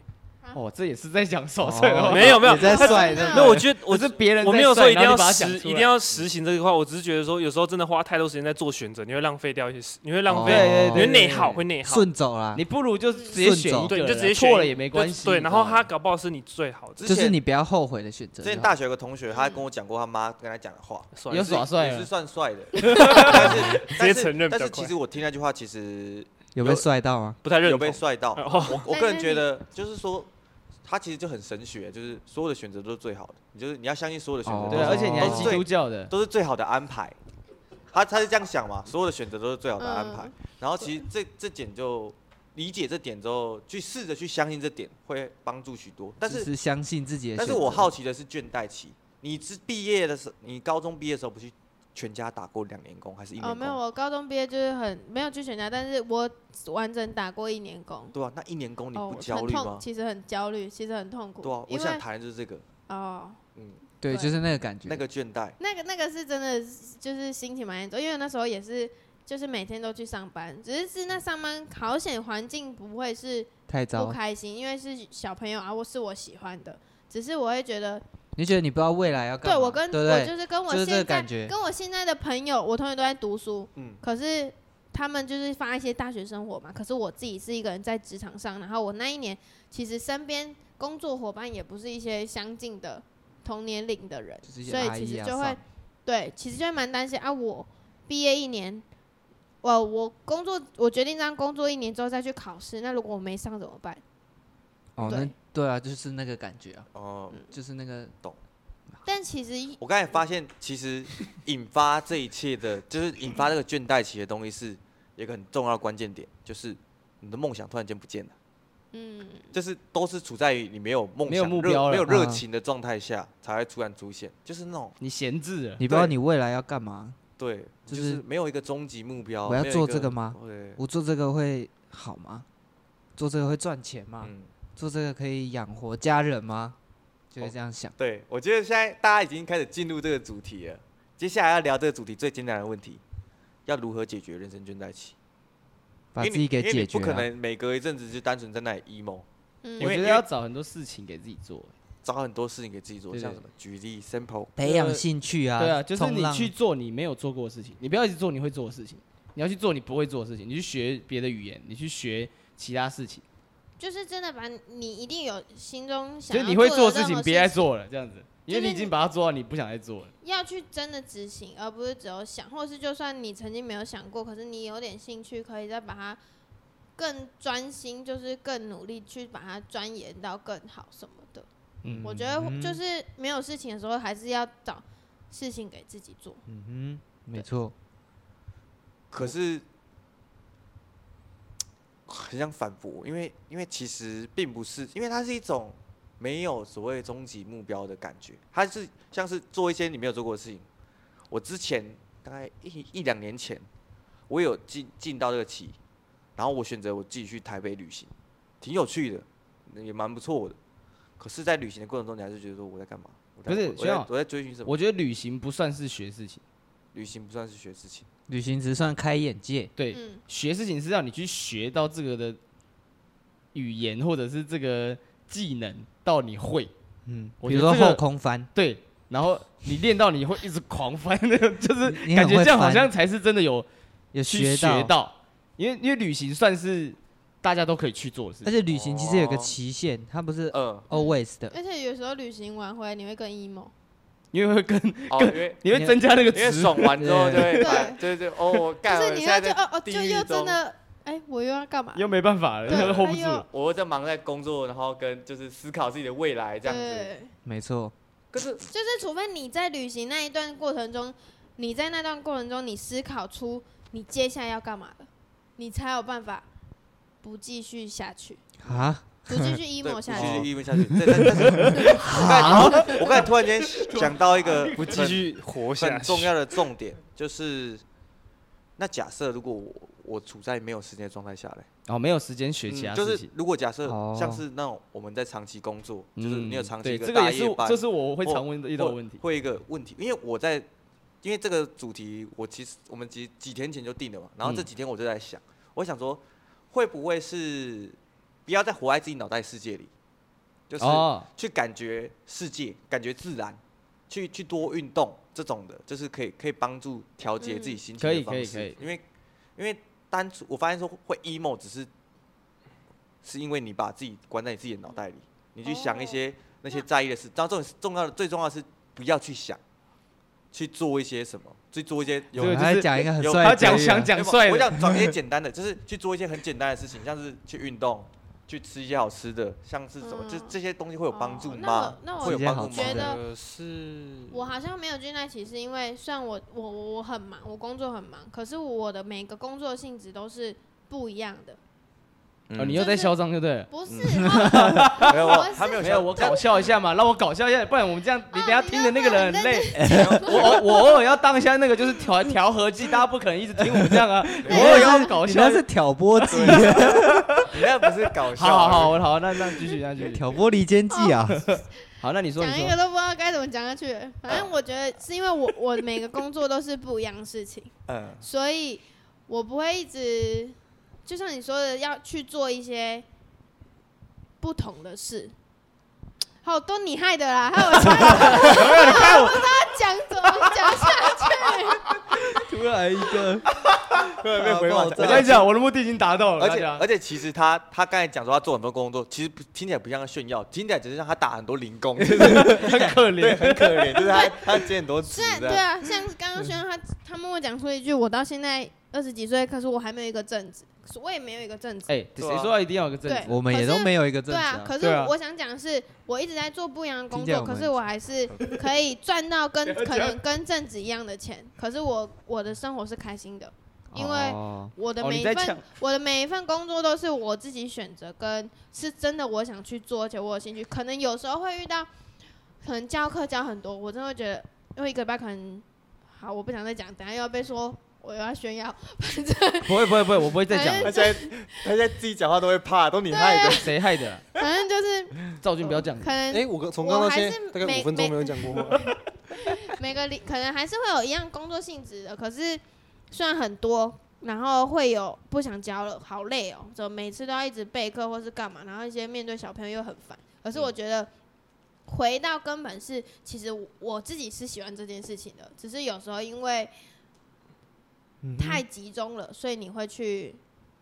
S2: 哦，这也是在讲耍帅的
S1: 哦
S2: 话。
S6: 没有没 有
S1: 也在帅的，
S6: 那我觉得我
S2: 我是别人在
S6: 我没有说
S2: 帅
S6: 一定要
S2: 然后你把它
S6: 实
S2: 讲出
S6: 一
S2: 来
S6: 定要实行这句话，我只是觉得说，有时候真的花太多时间在做选择，你会浪费掉一些事，你会浪
S1: 哦
S6: 费，
S1: 对对
S6: 你
S1: 对
S6: 会
S1: 对
S6: 内耗，会内耗。
S1: 顺走啦，
S2: 你不如就直接选一个
S6: 对，
S2: 人，
S6: 你就直接选
S2: 错了
S6: 一
S2: 也没
S6: 就
S2: 关系。
S6: 对，然后
S2: 你知道吗
S6: 他搞不好是你最好的。
S1: 就
S3: 之
S1: 是
S3: 前
S1: 你不要后悔的选择
S3: 之
S1: 就好。
S3: 前大学有个同学，他跟我讲过他妈跟他讲的话，
S6: 算
S2: 有
S3: 也
S6: 了
S3: 是
S2: 耍帅
S3: 也
S2: 了
S3: 是算帅的， 但是但
S6: 接
S3: 是
S6: 承认比
S3: 但
S6: 较
S3: 是
S6: 快
S3: 其实我听那句话，其实
S1: 有被帅到啊吗？
S6: 不太认
S3: 有
S6: 同
S3: 被。帅到。
S6: 哦
S3: 我我
S5: 那
S3: 个人
S5: 那
S3: 觉
S5: 你
S3: 得，就是说，他其实就很神学，就是所有的选择都是最好的，你就是你要相信所有的选择
S1: 哦
S3: 都
S2: 对
S3: 是、
S2: 啊，而且你还
S3: 都
S2: 基
S3: 是
S2: 督
S3: 最
S2: 教的，
S3: 都是最好的安排。他他是这样想嘛，所有的选择都是最好的安排。
S5: 嗯
S3: 然后其实这这点就理解这点之后，去试着去相信这点，会帮助许多。但
S1: 只
S3: 是
S1: 是相信自己的选
S3: 但
S1: 择。
S3: 是我好奇的是倦怠期，你是毕业的时候，你高中毕业的时候不去全家打过两年工还是一年
S5: 哦，
S3: 工？
S5: 没有，我高中毕业就是很没有去选家，但是我完整打过一年工。
S3: 对啊，那一年工你
S5: 哦
S3: 不，焦
S5: 很
S3: 虑
S5: 痛，
S3: 吗？
S5: 其实很焦虑，其实很痛苦。
S3: 对啊，我
S5: 因
S3: 想
S5: 为
S3: 谈的就是这个，
S5: 哦，
S3: 嗯，
S1: 对，
S5: 对
S1: 就是那个感觉。
S3: 那个倦怠，
S5: 那个那个是真的是，就是心情蛮严重，因为那时候也是，就是每天都去上班，只是是那上班好险环境不会是
S1: 太
S5: 不
S1: 糟，
S5: 开心，因为是小朋友啊，我是我喜欢的，只是我会觉得，
S1: 你觉得你不知道未来要干
S5: 对
S1: 嘛？
S5: 我跟
S1: 对不
S5: 我
S1: 对？
S5: 就是跟我
S1: 就是
S5: 现
S1: 这个
S5: 在
S1: 感觉
S5: 跟我现在的朋友，我同学都在读书，
S3: 嗯
S5: 可是他们就是发一些大学生活嘛，可是我自己是一个人在职场上，然后我那一年其实身边工作伙伴也不是一些相近的同年龄的人，
S1: 就是一些
S5: 所以
S1: 阿
S5: 其
S1: 姨
S5: 实
S1: 啊
S5: 就
S1: 上
S5: 会对，其实就会蛮担心啊。我毕业一年，我我工作，我决定这样工作一年之后再去考试，那如果我没上怎么办？
S1: 哦，
S5: 对
S1: 那对啊，就是那个感觉啊，
S3: 哦、
S1: 就是那个
S5: 但其实
S3: 我刚才发现，其实引发这一切的，就是引发这个倦怠期的东西是有一个很重要的关键点，就是你的梦想突然间不见了，
S5: 嗯，
S3: 就是都是处在于你没有梦想、
S2: 没有目标了
S3: 热没有
S1: 嗯
S3: 热情的状态下，才会突然出现，就是那种
S2: 你闲置了。
S1: 你不知道
S3: 对
S1: 你未来要干嘛。
S3: 对，
S1: 就
S3: 就是是没有一个终极目标。
S1: 我要
S3: 没有
S1: 做
S3: 一
S1: 这个吗
S3: 对，
S1: 我做这个会好吗？做这个会赚钱吗？
S3: 嗯，
S1: 做这个可以养活家人吗？就会
S3: 哦
S1: 这样想。
S3: 对，我觉得现在大家已经开始进入这个主题了。接下来要聊这个主题最艰难的问题，要如何解决人生倦怠期？
S1: 把
S3: 因
S1: 自己
S3: 为你
S1: 给
S3: 因为
S1: 解
S3: 你
S1: 决、
S3: 不可
S1: 啊。
S3: 能每隔一阵子就单纯在那里 emo，
S5: 嗯
S2: 我
S3: 因为
S2: 觉得要找很多事情给自己做。
S3: 找很多事情给自己做，
S2: 对对
S3: 像什么举例 sample，
S1: 培养兴趣啊，
S2: 对啊，就是
S1: 冲
S2: 你
S1: 浪
S2: 去做你没有做过的事情，你不要一直做你会做的事情，你要去做你不会做的事情，你去学别的语言，你去学其他事情，
S5: 就是真的把你一定有心中想
S2: 就是
S5: 要
S2: 你会做的
S5: 的
S2: 事
S5: 任
S2: 情
S5: 何
S2: 别再做了，这样子，因为
S5: 就是
S2: 你已经把它做到你不想再做了。
S5: 要去真的执行，而不是只有想，或是就算你曾经没有想过，可是你有点兴趣，可以再把它更专心，就是更努力去把它钻研到更好什么的。
S1: 嗯
S5: 我觉得
S1: 嗯
S5: 就是没有事情的时候，还是要找事情给自己做。
S1: 嗯哼，没错，
S3: 可是很想反驳，因为因为其实并不是，因为它是一种没有所谓终极目标的感觉，它是像是做一些你没有做过的事情。我之前大概一一两年前，我有进进到这个期，然后我选择我自己去台北旅行，挺有趣的，也蛮不错的。可是，在旅行的过程中，你还是觉得说我在干嘛？我在
S2: 不是
S3: 我
S2: 学长
S3: 在我在追寻什么？
S2: 我觉得旅行不算是学事情，
S3: 旅行不算是学事情。
S1: 旅行只算开眼界。
S2: 对，
S5: 嗯，
S2: 学事情是让你去学到这个的语言或者是这个技能到你会，
S1: 嗯，
S2: 我
S1: 比
S2: 觉
S1: 如
S2: 得
S1: 说
S2: 这个
S1: 后空 翻，
S2: 对，然后你练到你会一直狂翻， 那个就是
S1: 你你
S2: 感
S1: 很
S2: 觉
S1: 会
S2: 这样好
S1: 翻
S2: 像才是真的有
S1: 有到，
S2: 去学到，因为因为旅行算是大家都可以去做的事
S1: 而
S2: 情。
S1: 且旅行其实有个
S3: 哦
S1: 期限，它不是
S3: 嗯、
S1: always 的。
S5: 而且有时候旅行完回来，你会更 emo。
S2: 因为会跟
S3: 哦，因为
S2: 你会增加那个
S3: 因为
S2: 值。
S3: 爽完之后就会
S5: 对
S3: 把，对对对，哦，我干，
S5: 就是
S3: 我
S5: 你
S3: 现在
S5: 又就
S3: 在
S5: 哦哦，
S3: 地
S5: 就
S3: 狱
S5: 又真
S3: 中
S5: 的，哎，我又要干嘛？
S2: 又没办法了，
S5: 对
S2: 他 hold 不住
S5: 他又
S2: 了。
S3: 我又在忙在工作，然后跟就是思考自己的未来这样子。
S5: 对，
S1: 没错，
S3: 可是
S5: 就是除非你在旅行那一段过程中，你在那段过程中，你思考出你接下来要干嘛了，你才有办法不继续下去，
S1: 啊，
S5: 不继续
S3: 对，
S5: emo
S3: 不继
S5: 下去。
S3: 续郁闷下去。对但但是我刚 才，我刚才突然间想到一 个
S6: 不继续活
S3: 很
S6: 下
S3: 很
S6: 去。
S3: 重要的重点，就是那假设如果我我处在没有时间的状态下嘞，
S2: 哦，没有时间学
S3: 嗯
S2: 其他
S3: 就
S2: 事
S3: 是
S2: 情。
S3: 如果假设
S1: 哦
S3: 像是那种我们在长期工作，就是你有长期一
S2: 嗯对，这个
S3: 大
S2: 也是
S3: 夜
S2: 我，
S3: 班
S2: 这，是我会
S3: 或
S2: 常问遇到的问题。
S3: 会一个问题，因为我在，因为这个主题，我其实我们几几天前就定了嘛，然后这
S2: 嗯
S3: 几天我就在想，我想说，会不会是不要再活在自己脑袋世界里，就是
S2: 哦，
S3: 去感觉世界，感觉自然，去去多运动这种的，就是可以可以帮助调节自己
S5: 嗯
S3: 心情
S2: 可以
S3: 的
S2: 可
S3: 方
S2: 以
S3: 式，
S2: 可以
S3: 因为因为单纯我发现说会 emo 只是是因为你把自己关在你自己的脑袋里，你去想一些、那些在意的事，然后重点是重要的最重要的是不要去想，去做一些什么，去做一些有
S2: 这个
S1: 我
S2: 就是
S1: 还讲一个很
S3: 有
S1: 帅的
S2: 他
S1: 比喻啊，
S2: 讲想讲
S3: 没有
S2: 帅
S3: 我
S2: 的，
S3: 想找一些简单的，就是去做一些很简单的事情，像是去运动，去吃一些好吃的，像是什么，就
S5: 嗯
S3: 这些东西会有帮助
S5: 哦
S3: 吗？
S5: 那我那我
S3: 会
S1: 直
S3: 有
S1: 接
S3: 帮
S1: 好
S3: 助
S1: 吃
S3: 吗
S5: 觉？得
S6: 是
S5: 我好像没有聚在一起，是因为虽然我我我我很忙，我工作很忙，可是我的每个工作性质都是不一样的，
S2: 哦，你又在嚣张，对不对了？
S5: 不是？
S3: 嗯没有，没有
S5: 我
S3: 他没有
S2: 没有，
S3: 想
S2: 我
S3: 他
S2: 搞笑一下嘛，让我搞笑一下，不然我们这样，你等一下听的那个人很累。
S3: 没
S2: 我
S3: 有
S2: 偶我偶尔要当一下那个就是调调和剂，大家不可能一直听我们这样啊。我偶尔要搞
S1: 你
S2: 笑
S1: 那。是挑拨计，
S3: 你那不是搞笑，
S2: 好好好，我好，那那继续，那继续。
S1: 挑拨离间计 啊，
S2: 好，那你 说，你
S5: 讲一个
S2: 说，
S5: 都不知道该怎么讲下去。反正我觉得是因为我我每个工作都是不一样的事情，
S3: 嗯，
S5: 所以我不会一直就像你说的要去做一些不同的事。好，都你害的啦，害我讲，害我不知道讲怎么讲下去。
S1: 突然一 个，
S3: 对，被
S5: 啊
S3: 回
S1: 我
S3: 我
S1: 知道
S2: 我跟你讲，我的目的已经达到了。
S3: 而
S2: 大
S3: 且
S2: 家
S3: 而且，其实他他刚才讲说他做很多工作，其实不听起来不像在炫耀，听起来只是让他打很多零工，就是
S2: 很可
S3: 对，
S2: 怜，
S3: 很可怜，就是他他接很多职
S5: 虽然
S3: 这
S5: 对
S3: 样。
S5: 啊，像刚刚轩他他默默讲出一句，我到现在二十几岁，可是我还没有一个正职，可是我也没有一个正职。
S2: 哎，
S3: 对
S2: 谁
S3: 啊
S2: 说一定要有个正
S5: 对
S2: 直？
S1: 我们也
S5: 可
S1: 都
S5: 是
S1: 没有一个正
S5: 对
S1: 职
S5: 啊，可是
S2: 对啊
S5: 我想讲的是，我一直在做不一样的工
S1: 听见
S5: 作，
S1: 我
S5: 可
S1: 们
S5: 是我还是可以赚到跟可能跟正职一样的钱，可是我我的生活是开心的，因为
S1: 哦
S5: 我的
S2: 哦
S5: 每
S2: 你
S5: 一
S2: 在
S5: 份、
S2: 抢
S5: 我的每一份工作都是我自己选择，跟是真的我想去做，而且我有兴趣。可能有时候会遇到，可能教课教很多，我真的会觉得，因为一个礼拜可能，好，我不想再讲，等下又要被说我又要炫耀，反正
S2: 不会不会不会，我不会再讲
S5: 反
S3: 他
S2: 了。
S5: 正
S3: 现在他现在自己讲话都会怕，都你害的。
S2: 谁害的啊？
S5: 反正就是
S2: 赵俊不要讲。
S5: 可能
S6: 哎，我刚从
S5: 我
S6: 刚到
S5: 还
S6: 现
S5: 是
S6: 在大概
S5: 每
S6: 五分钟
S5: 每
S6: 没有讲过话。
S5: 每个领可能还是会有一样工作性质的，可是虽然很多，然后会有不想教了，好累哦，怎么每次都要一直备课或是干嘛，然后一些面对小朋友又很烦。可是我觉得回到根本是，其实我我自己是喜欢这件事情的，只是有时候因为
S1: 嗯
S5: 太集中了，所以你会去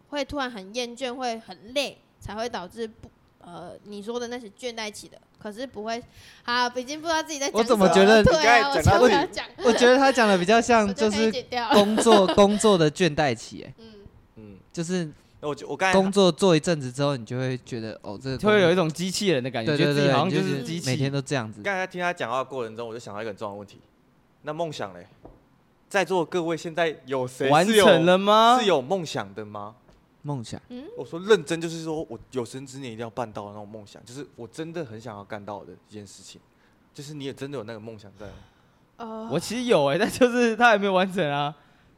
S5: 会突然很厌倦，会很累，才会导致不。呃，你说的那些倦怠期的，可是不会，啊，已经不知道自己在讲
S1: 我怎么
S5: 什了
S1: 觉得
S5: 对啊，
S3: 你刚才
S5: 我
S3: 讲到
S5: 超
S3: 这里
S5: 想讲，
S1: 我觉得他讲的比较
S5: 我
S1: 像
S5: 就
S1: 就
S5: 可以
S1: 是
S5: 剪掉。
S1: 工作工作的倦怠期，哎
S5: 嗯，
S3: 嗯，
S1: 就是
S3: 那我就我刚才
S1: 工作做一阵子之后，你就会觉得哦，这个工
S2: 会有一种机器人的感
S1: 对
S2: 觉，觉得
S1: 对
S2: 自己
S1: 对，
S2: 好像
S1: 你
S2: 就
S1: 觉
S2: 是
S1: 得
S2: 机
S1: 每天
S2: 器。
S1: 都这样子。
S3: 刚才听他讲话的过程中，我就想到一个很重要的问题，那梦想嘞，在座各位现在有谁
S2: 完
S3: 是有
S2: 成了吗
S3: 是？有梦想的吗？
S1: 梦 想
S3: 我说认真就是说我有生之年一定要办到的那种梦想，就是我真的很想要干到的一件事情，就是你也真的有那个梦想在吗。
S5: 呃，
S2: 我其实有哎，但就是他还没有完成啊。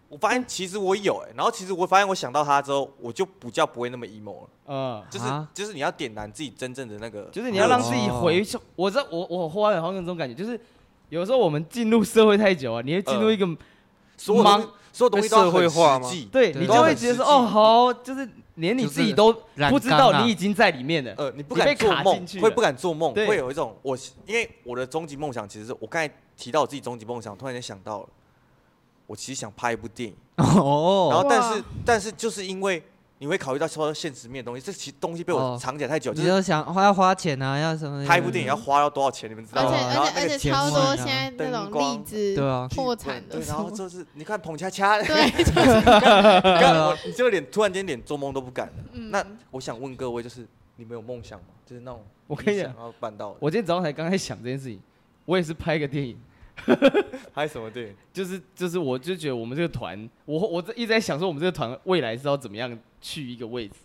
S3: 我发现其实我有哎、然后其实我发现我想到他之后，我就比较不会那么 emo 了，
S2: 嗯。
S3: 就是、
S1: 啊
S3: 就是你要点燃自己真正的那个热情，呃
S2: 就是你要让自己回去。我知道，我我花了好像这种感觉，就是有时候我们进入社会太久啊，你会进入一个、
S3: 所有东西
S2: 忙
S3: 所有东西都要
S6: 被社会化
S3: 很
S6: 吗
S3: 实际，
S2: 对，
S1: 对
S2: 你就会觉得说哦，
S3: 对
S2: 好，就是连你自己都
S1: 染
S2: 不知
S1: 缸
S2: 道
S1: 啊
S2: 你已经在里面了。
S3: 呃，你不
S2: 你被
S3: 敢做
S2: 卡
S3: 梦
S2: 进去，
S3: 会
S2: 了
S3: 不敢做梦，
S2: 对
S3: 会有一种我，因为我的终极梦想其实是我刚才提到我自己终极梦想，突然间想到了，我其实想拍一部电影，然
S1: 哦，
S3: 后但是
S5: 哇
S3: 但是就是因为你会考虑到说现实面的东西，这其实东西被我
S1: 哦
S3: 藏起来太久，就
S1: 你
S3: 是
S1: 就想花要花钱啊，要什么的？
S3: 拍一部电影要花要多少钱，你们知
S5: 而
S3: 道吗？
S5: 且
S2: 哦
S3: 然后
S5: 而且而
S3: 那个
S5: 且
S1: 钱嘛
S5: 超多现在那
S3: 灯
S5: 种
S3: 光
S5: 例子，
S1: 对啊，
S5: 破产的
S3: 对，
S5: 什
S3: 然后
S5: 么，
S3: 就是你看彭恰恰，
S5: 对，
S3: 刚刚
S2: 啊
S3: 我你这个脸突然间连做梦都不敢了。
S5: 嗯
S3: 那我想问各位，就是你们有梦想吗？就是那种
S2: 我跟你讲
S3: 想，要办到的，
S2: 我今天早上才刚才想这件事情，我也是拍个电影，
S3: 拍什么电影？
S2: 就是就是，我就觉得我们这个团，我我这一直在想说，我们这个团未来是要怎么样去一个位置。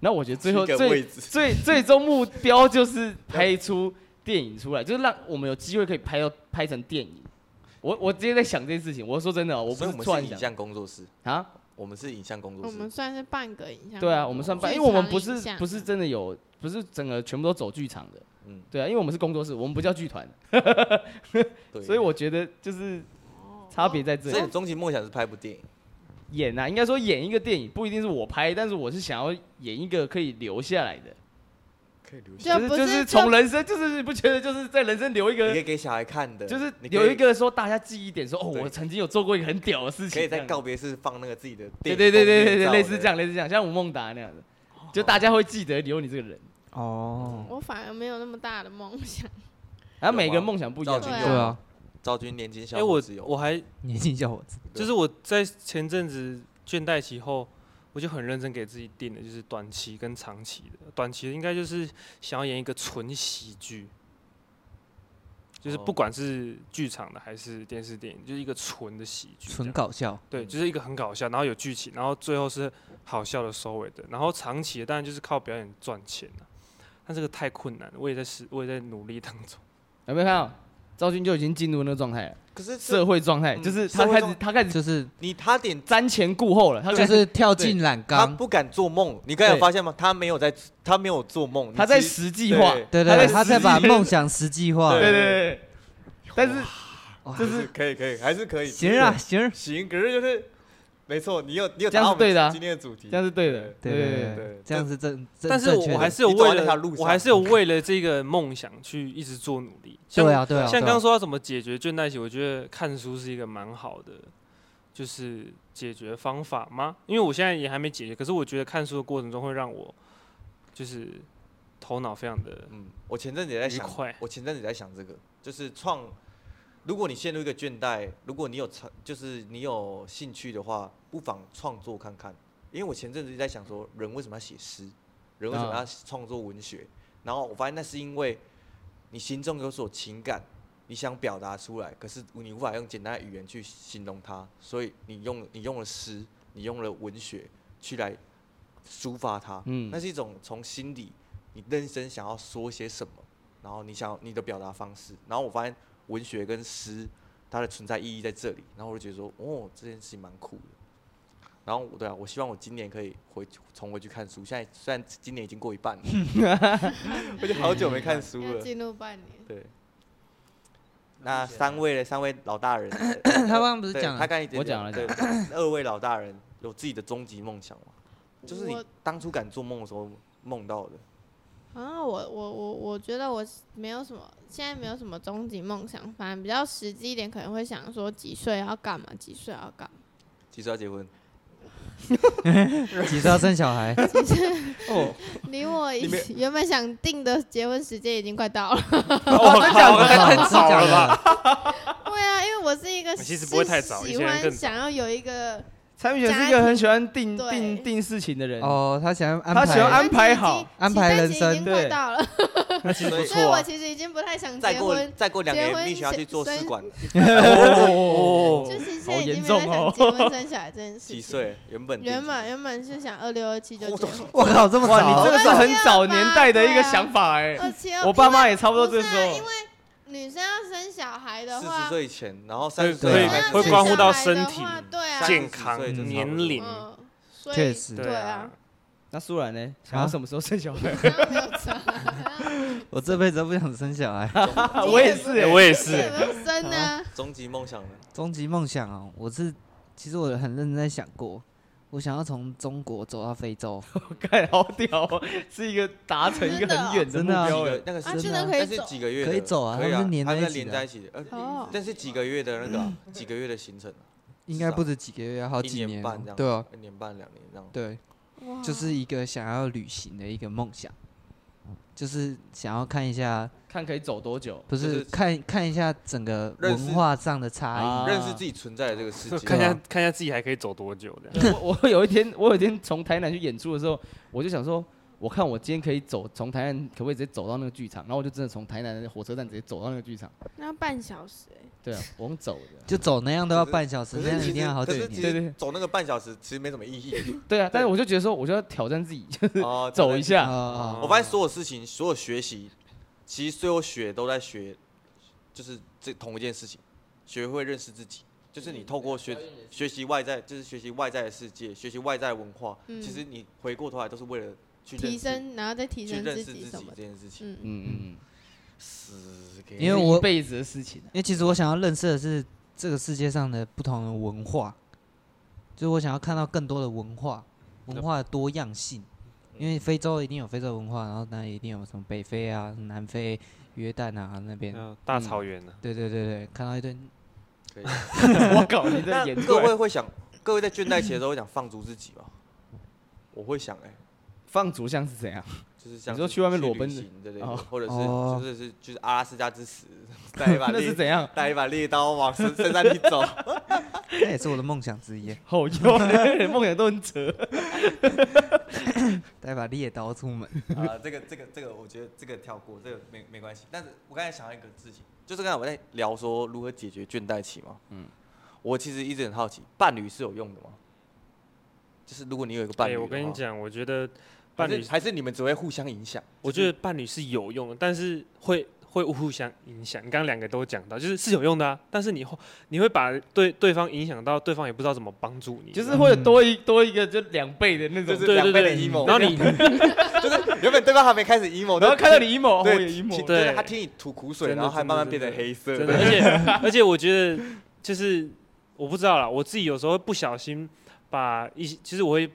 S2: 那我觉得最后
S3: 一个
S2: 最
S3: 位置，
S2: 最 最终目标就是拍出电影出来，就是让我们有机会可以拍到拍成电影。我我今天在想这件事情，我说真的哦，我不
S3: 所以
S2: 是
S3: 我们
S2: 突然
S3: 是影
S2: 想
S3: 像工作室，
S2: 啊，
S3: 我们是影像工作
S5: 我们
S3: 室，
S5: 算是半个影像，
S2: 对啊，我们算半，
S5: 剧
S2: 因为我们
S5: 场
S2: 不
S5: 影
S2: 是
S5: 像
S2: 不是真的有，不是整个全部都走剧场的，
S3: 嗯，
S2: 对啊，因为我们是工作室，我们不叫剧团，
S3: 对。
S2: 所以我觉得就是
S5: 哦
S2: 差别在这
S3: 所以
S2: 里
S3: 你。终极梦想是拍部电影，
S2: 演啊，应该说演一个电影，不一定是我拍，但是我是想要演一个可以留下来的，
S3: 可以留
S5: 就
S2: 就是
S5: 不
S2: 就是
S5: 就
S2: 从人生，就是你不觉得就是在人生留一
S3: 你可
S2: 个
S3: 以，给小孩看的，
S2: 就是
S3: 你可以
S2: 有一个说大家记忆点，说哦，
S3: 对
S2: 我曾经有做过一个很屌的事情，
S3: 可以
S2: 这
S3: 在
S2: 样
S3: 告别式放那个自己的
S2: 对
S3: 电影
S2: 对对对对对，
S3: 封面照
S2: 类似
S3: 的
S2: 这样类似这样，像吴孟达那样的，就大家会记得留你这个人，
S1: 哦，
S5: 我反而没有那么大的梦想，
S2: 然后每个人梦想不一样
S3: 赵君
S5: 对啊
S3: 有
S1: 对啊
S3: 吗，，赵君年轻小
S6: 哎，我
S3: 伙子有吗，
S6: 我还
S1: 年轻小伙子，
S6: 就是我在前阵子倦怠期后，我就很认真给自己定的，就是短期跟长期的。短期的应该就是想要演一个纯喜剧，就是
S3: 哦
S6: 不管是剧场的还是电视电影，就是一个纯的喜剧这样。
S1: 纯搞笑，
S6: 对，就是一个很搞笑，然后有剧情，然后最后是好笑的收尾的。然后长期的当然就是靠表演赚钱了、但这个太困难了，我也在试，我也在努力当中。
S2: 有没有看到？赵军就已经进入那个状态了，
S3: 可是这
S2: 社会状态，
S3: 嗯
S2: 就是
S3: 社
S2: 他
S3: 会
S2: 开
S3: 状
S2: 始他开始
S1: 就是
S3: 你他点
S2: 瞻前顾后了，他
S1: 就
S2: 开始
S1: 是跳进染
S3: 他
S1: 缸，
S3: 不敢做梦，你刚才有
S2: 对
S3: 发现吗？他没有在，他没有做梦，
S2: 他
S3: 你
S2: 在
S3: 其实
S2: 实际化，
S3: 对
S1: 对对，对他
S2: 他在
S1: 在把
S2: 实际
S1: 梦想实际化，
S2: 对对对，但是
S1: 哇
S2: 就
S3: 就是是可以可以还是可以，
S1: 行啊行啊，
S3: 行，可是就是没错，你有你有
S2: 这样
S3: 达
S2: 是
S3: 到我们
S2: 对的啊
S3: 今天的主题
S6: 嗯
S2: 这，样是对的，
S1: 对
S2: 对
S1: 对
S3: 对
S1: 对
S3: 对，
S1: 这样是正，正
S6: 但是
S1: 正确的
S6: 我还是有
S3: 你走
S6: 为
S3: 在那条
S6: 了
S3: 路，上
S6: 我还是有为了这个梦想去一直做努力。像
S1: 对啊对啊，
S6: 像
S1: 对啊
S6: 刚刚说到怎么解决倦怠期，我觉得看书是一个蛮好的，就是解决方法吗？因为我现在也还没解决，可是我觉得看书的过程中会让我就是头脑非常的
S3: 嗯，我前阵子也在想
S6: 愉快，
S3: 我前阵子也在想这个，就是创，如果你陷入一个倦怠，如果你有成，就是你有兴趣的话，不妨创作看看。因为我前阵子一直在想说，人为什么要写诗，人为什么
S2: 啊
S3: 要创作文学？然后我发现那是因为你心中有所情感，你想表达出来，可是你无法用简单的语言去形容它，所以你用你用了诗，你用了文学去来抒发它。
S2: 嗯
S3: 那是一种从心底你认真想要说些什么，然后你想你的表达方式。然后我发现文学跟诗它的存在意义在这里，然后我就觉得说，哦，这件事情蛮酷的。然后我对啊，我希望我今年可以回重回去看书。现在虽然今年已经过一半了， 我就好久没看书
S5: 要
S3: 了。
S5: 进入半年，
S3: 对。那三位嘞，三位老大人，
S1: 他刚刚不是
S3: 对
S1: 讲
S3: 他
S1: 了，
S3: 刚才已经
S2: 我讲了
S3: 对，二位老大人有自己的终极梦想吗？就是你
S5: 我
S3: 当初敢做梦的时候梦到的，
S5: 啊，我我我我觉得我是没有什么，现在没有什么终极梦想，反正比较实际一点，可能会想说几岁要干嘛，几岁要干嘛。
S3: 其实要结婚，
S1: 几岁要生小孩，
S2: 哦，
S5: 离我以
S3: 你没
S5: 原本想定的结婚时间已经快到了。
S6: 我靠，那太早了吧？
S1: 吧？
S5: 对啊，因为我是一个
S6: 其实
S5: 是
S6: 不会太早以
S5: 喜
S6: 前
S5: 欢
S6: 更早
S5: 想要有一个
S2: 蔡明选是一个很喜欢定
S5: 对
S2: 定定事情的人，
S1: 哦，他想要安排，
S2: 他喜欢安排好，
S1: 安排人
S5: 期待期
S1: 生
S5: 已经快
S2: 对
S5: 到了，
S3: 那其实不啊
S5: 所以我其实已经不太想
S3: 再
S5: 结
S3: 过
S5: 婚，
S3: 再过两
S5: 结
S3: 年，
S5: 婚
S3: 必须要去
S5: 生
S3: 做试
S5: 生
S3: 管了。
S2: 哦
S5: 就是现
S2: 好
S5: 在已
S2: 严
S5: 经没
S2: 重
S5: 有在想
S2: 哦
S5: 结婚生小孩这件 事
S3: 几
S5: 情。
S3: 岁？原本定
S5: 原
S3: 几
S5: 本
S3: 岁
S5: 原本是想二六二七就结婚，
S1: 我靠，这么
S2: 哇，你
S1: 早
S2: 这个是很早年代的一个想法哎，
S5: 二七
S2: 我爸妈也差不多这个时
S5: 不是啊
S2: 候
S5: 因，为女生要生小孩的
S3: 四
S5: 话，
S3: 十岁前，然后三十岁
S6: 对
S1: 对
S3: 才
S5: 女生要
S3: 开始
S6: 会关乎到
S5: 生小孩的话
S6: 身体
S5: 对啊，
S6: 健康
S3: 30岁就差不多
S6: 年龄
S5: 嗯，所以
S1: 确实，
S5: 对啊，
S2: 那苏然呢？想要什么时候生小孩？
S5: 好像没有差，
S1: 我这辈子都不想生小孩。
S2: 我也是哎，
S6: 我也
S5: 有
S6: 是，
S5: 没有生啊呢？
S3: 终极梦想呢？
S1: 终极梦想哦，我是其实我很认真在想过，我想要从中国走到非 洲，
S2: 看好屌哦，是一个达成一个很远的
S1: 真
S2: 目
S1: 的啊
S2: 标哎
S3: 几个。那个
S5: 啊，
S3: 是
S5: 真
S1: 真
S5: 的
S1: 的
S5: 可
S3: 但
S5: 以
S3: 是
S5: 走，
S3: 几个月的
S1: 可以走啊
S3: 可以
S1: 他
S3: 啊，
S1: 们是连
S3: 他们
S1: 在
S3: 在
S1: 一起
S3: 连
S1: 的
S3: 在一起的，呃
S5: 哦，
S3: 但是几个月的那个啊几个月的行程啊，
S1: 应该
S3: 是啊
S1: 不止几个月，好
S3: 一
S1: 几
S3: 年半
S1: 哦
S3: 这样，
S1: 对啊，
S3: 一年半两年这样。
S1: 对，
S5: 哇
S1: 就是一个想要旅行的一个梦想，就是想要看一下，
S2: 看可以走多 久。
S1: 不是
S3: 就是
S1: 看看一下整个
S3: 认识
S1: 文化上的差
S2: 啊
S1: 异。
S3: 认识自己存在的这个世界。
S1: 啊
S6: 看一下看一下自己还可以走多久的。
S2: 我我有一天，我有一天从台南去演出的时候，我就想说，我看我今天可以走从台南，可不可以直接走到那个剧场？然后我就真的从台南的火车站直接走到那个剧场。
S5: 那要半小时哎、
S2: 对啊，我用走的。
S1: 就走那样都要半小时
S3: 可，
S1: 那
S3: 是
S1: 样
S3: 其
S1: 一定
S3: 实
S1: 要好
S3: 可
S1: 几
S3: 是其
S1: 年。
S2: 对对
S3: 实走那个半小时其实没什么 意义
S2: 对啊，但是我就觉得说，我就要挑战自己， 就是
S3: 哦。真
S2: 走
S3: 的
S2: 一
S1: 啊
S2: 下。
S5: 哦
S1: 啊
S3: 我发现所有事情，所有学习，其实最后学都在学，就是这同一件事情，学会认识自己。就是
S5: 嗯
S3: 你透过学学习外在，就是学习外在的世界，学习外在文化，
S5: 嗯
S3: 其实你回过头来都是为了去认
S5: 提
S3: 识
S5: 升，然后再提
S3: 去
S5: 升
S3: 认
S5: 自
S3: 识自
S5: 己
S3: 己
S5: 什么
S3: 这
S5: 的。
S3: 件事情。
S5: 嗯，
S2: 嗯 嗯嗯，
S3: 是可以
S1: 因为
S2: 是
S1: 我
S2: 一辈子的事 情啊。
S1: 因为其实我想要认识的是这个世界上的不同的文化，就是我想要看到更多的文化，文化的多样性。
S6: 嗯
S1: 因为非洲一定有非洲的文化，然后那里一定有什么北非啊、南非、约旦啊那边。
S6: 嗯大草原呢？
S1: 对对对对，看到一堆
S3: 可以。
S2: 我搞你
S3: 那
S2: 的演
S3: 各
S2: 出
S3: 位会想，各位在倦怠期的时候会想放逐自己吗？我会想哎、
S2: 放逐像是怎样？
S3: 就是像
S2: 你说
S3: 是
S2: 去外面裸
S3: 旅
S2: 奔的
S3: 行之类的，
S2: 哦
S3: 或者是
S1: 哦
S3: 就是是就是阿拉斯加 之死，带一把
S2: 那
S3: 猎
S2: 是怎样？
S3: 带一把猎刀往深深山里走，
S1: 那也是我的梦想之一，
S2: 好用， 梦想都很扯。
S1: 带把猎刀出门。
S3: 啊，这个这个这个，我觉得这个跳过，这个没没关系。但是我刚才想到一个事情，就是刚才我在聊说如何解决倦怠期嘛。嗯，我其实一直很好奇，伴侣是有用的吗？就是如果你有一个伴侣
S6: 对，
S3: 的话，
S6: 我跟你讲，我觉得
S3: 还
S6: 伴
S3: 是，
S6: 侣
S3: 还是你们只会互相影响。
S6: 我觉得伴侣是有用的，但是会会互相影响。你刚刚两个都讲到，就是是有用的啊，但是你会你会把对对方影响到，对方也不知道怎么帮助你，
S2: 就是会有多一
S6: 嗯
S2: 多一个就两倍的那种
S3: 就是，
S6: 对
S3: 两
S6: 对
S3: 倍的
S6: 对
S3: emo，
S6: 然后你
S3: 就是原本对方还没开始 emo，
S2: 然后
S3: 就
S2: 看到你 emo，我哦也
S3: 对听
S2: emo。
S3: 就是
S6: 对
S3: 他听你吐苦水，
S6: 真的
S3: 然后还慢慢
S6: 真
S3: 变
S6: 的
S3: 成黑色
S6: 真的，而且而且我觉得就是我不知道啦，我自己有时候会不小心把一些，其实我会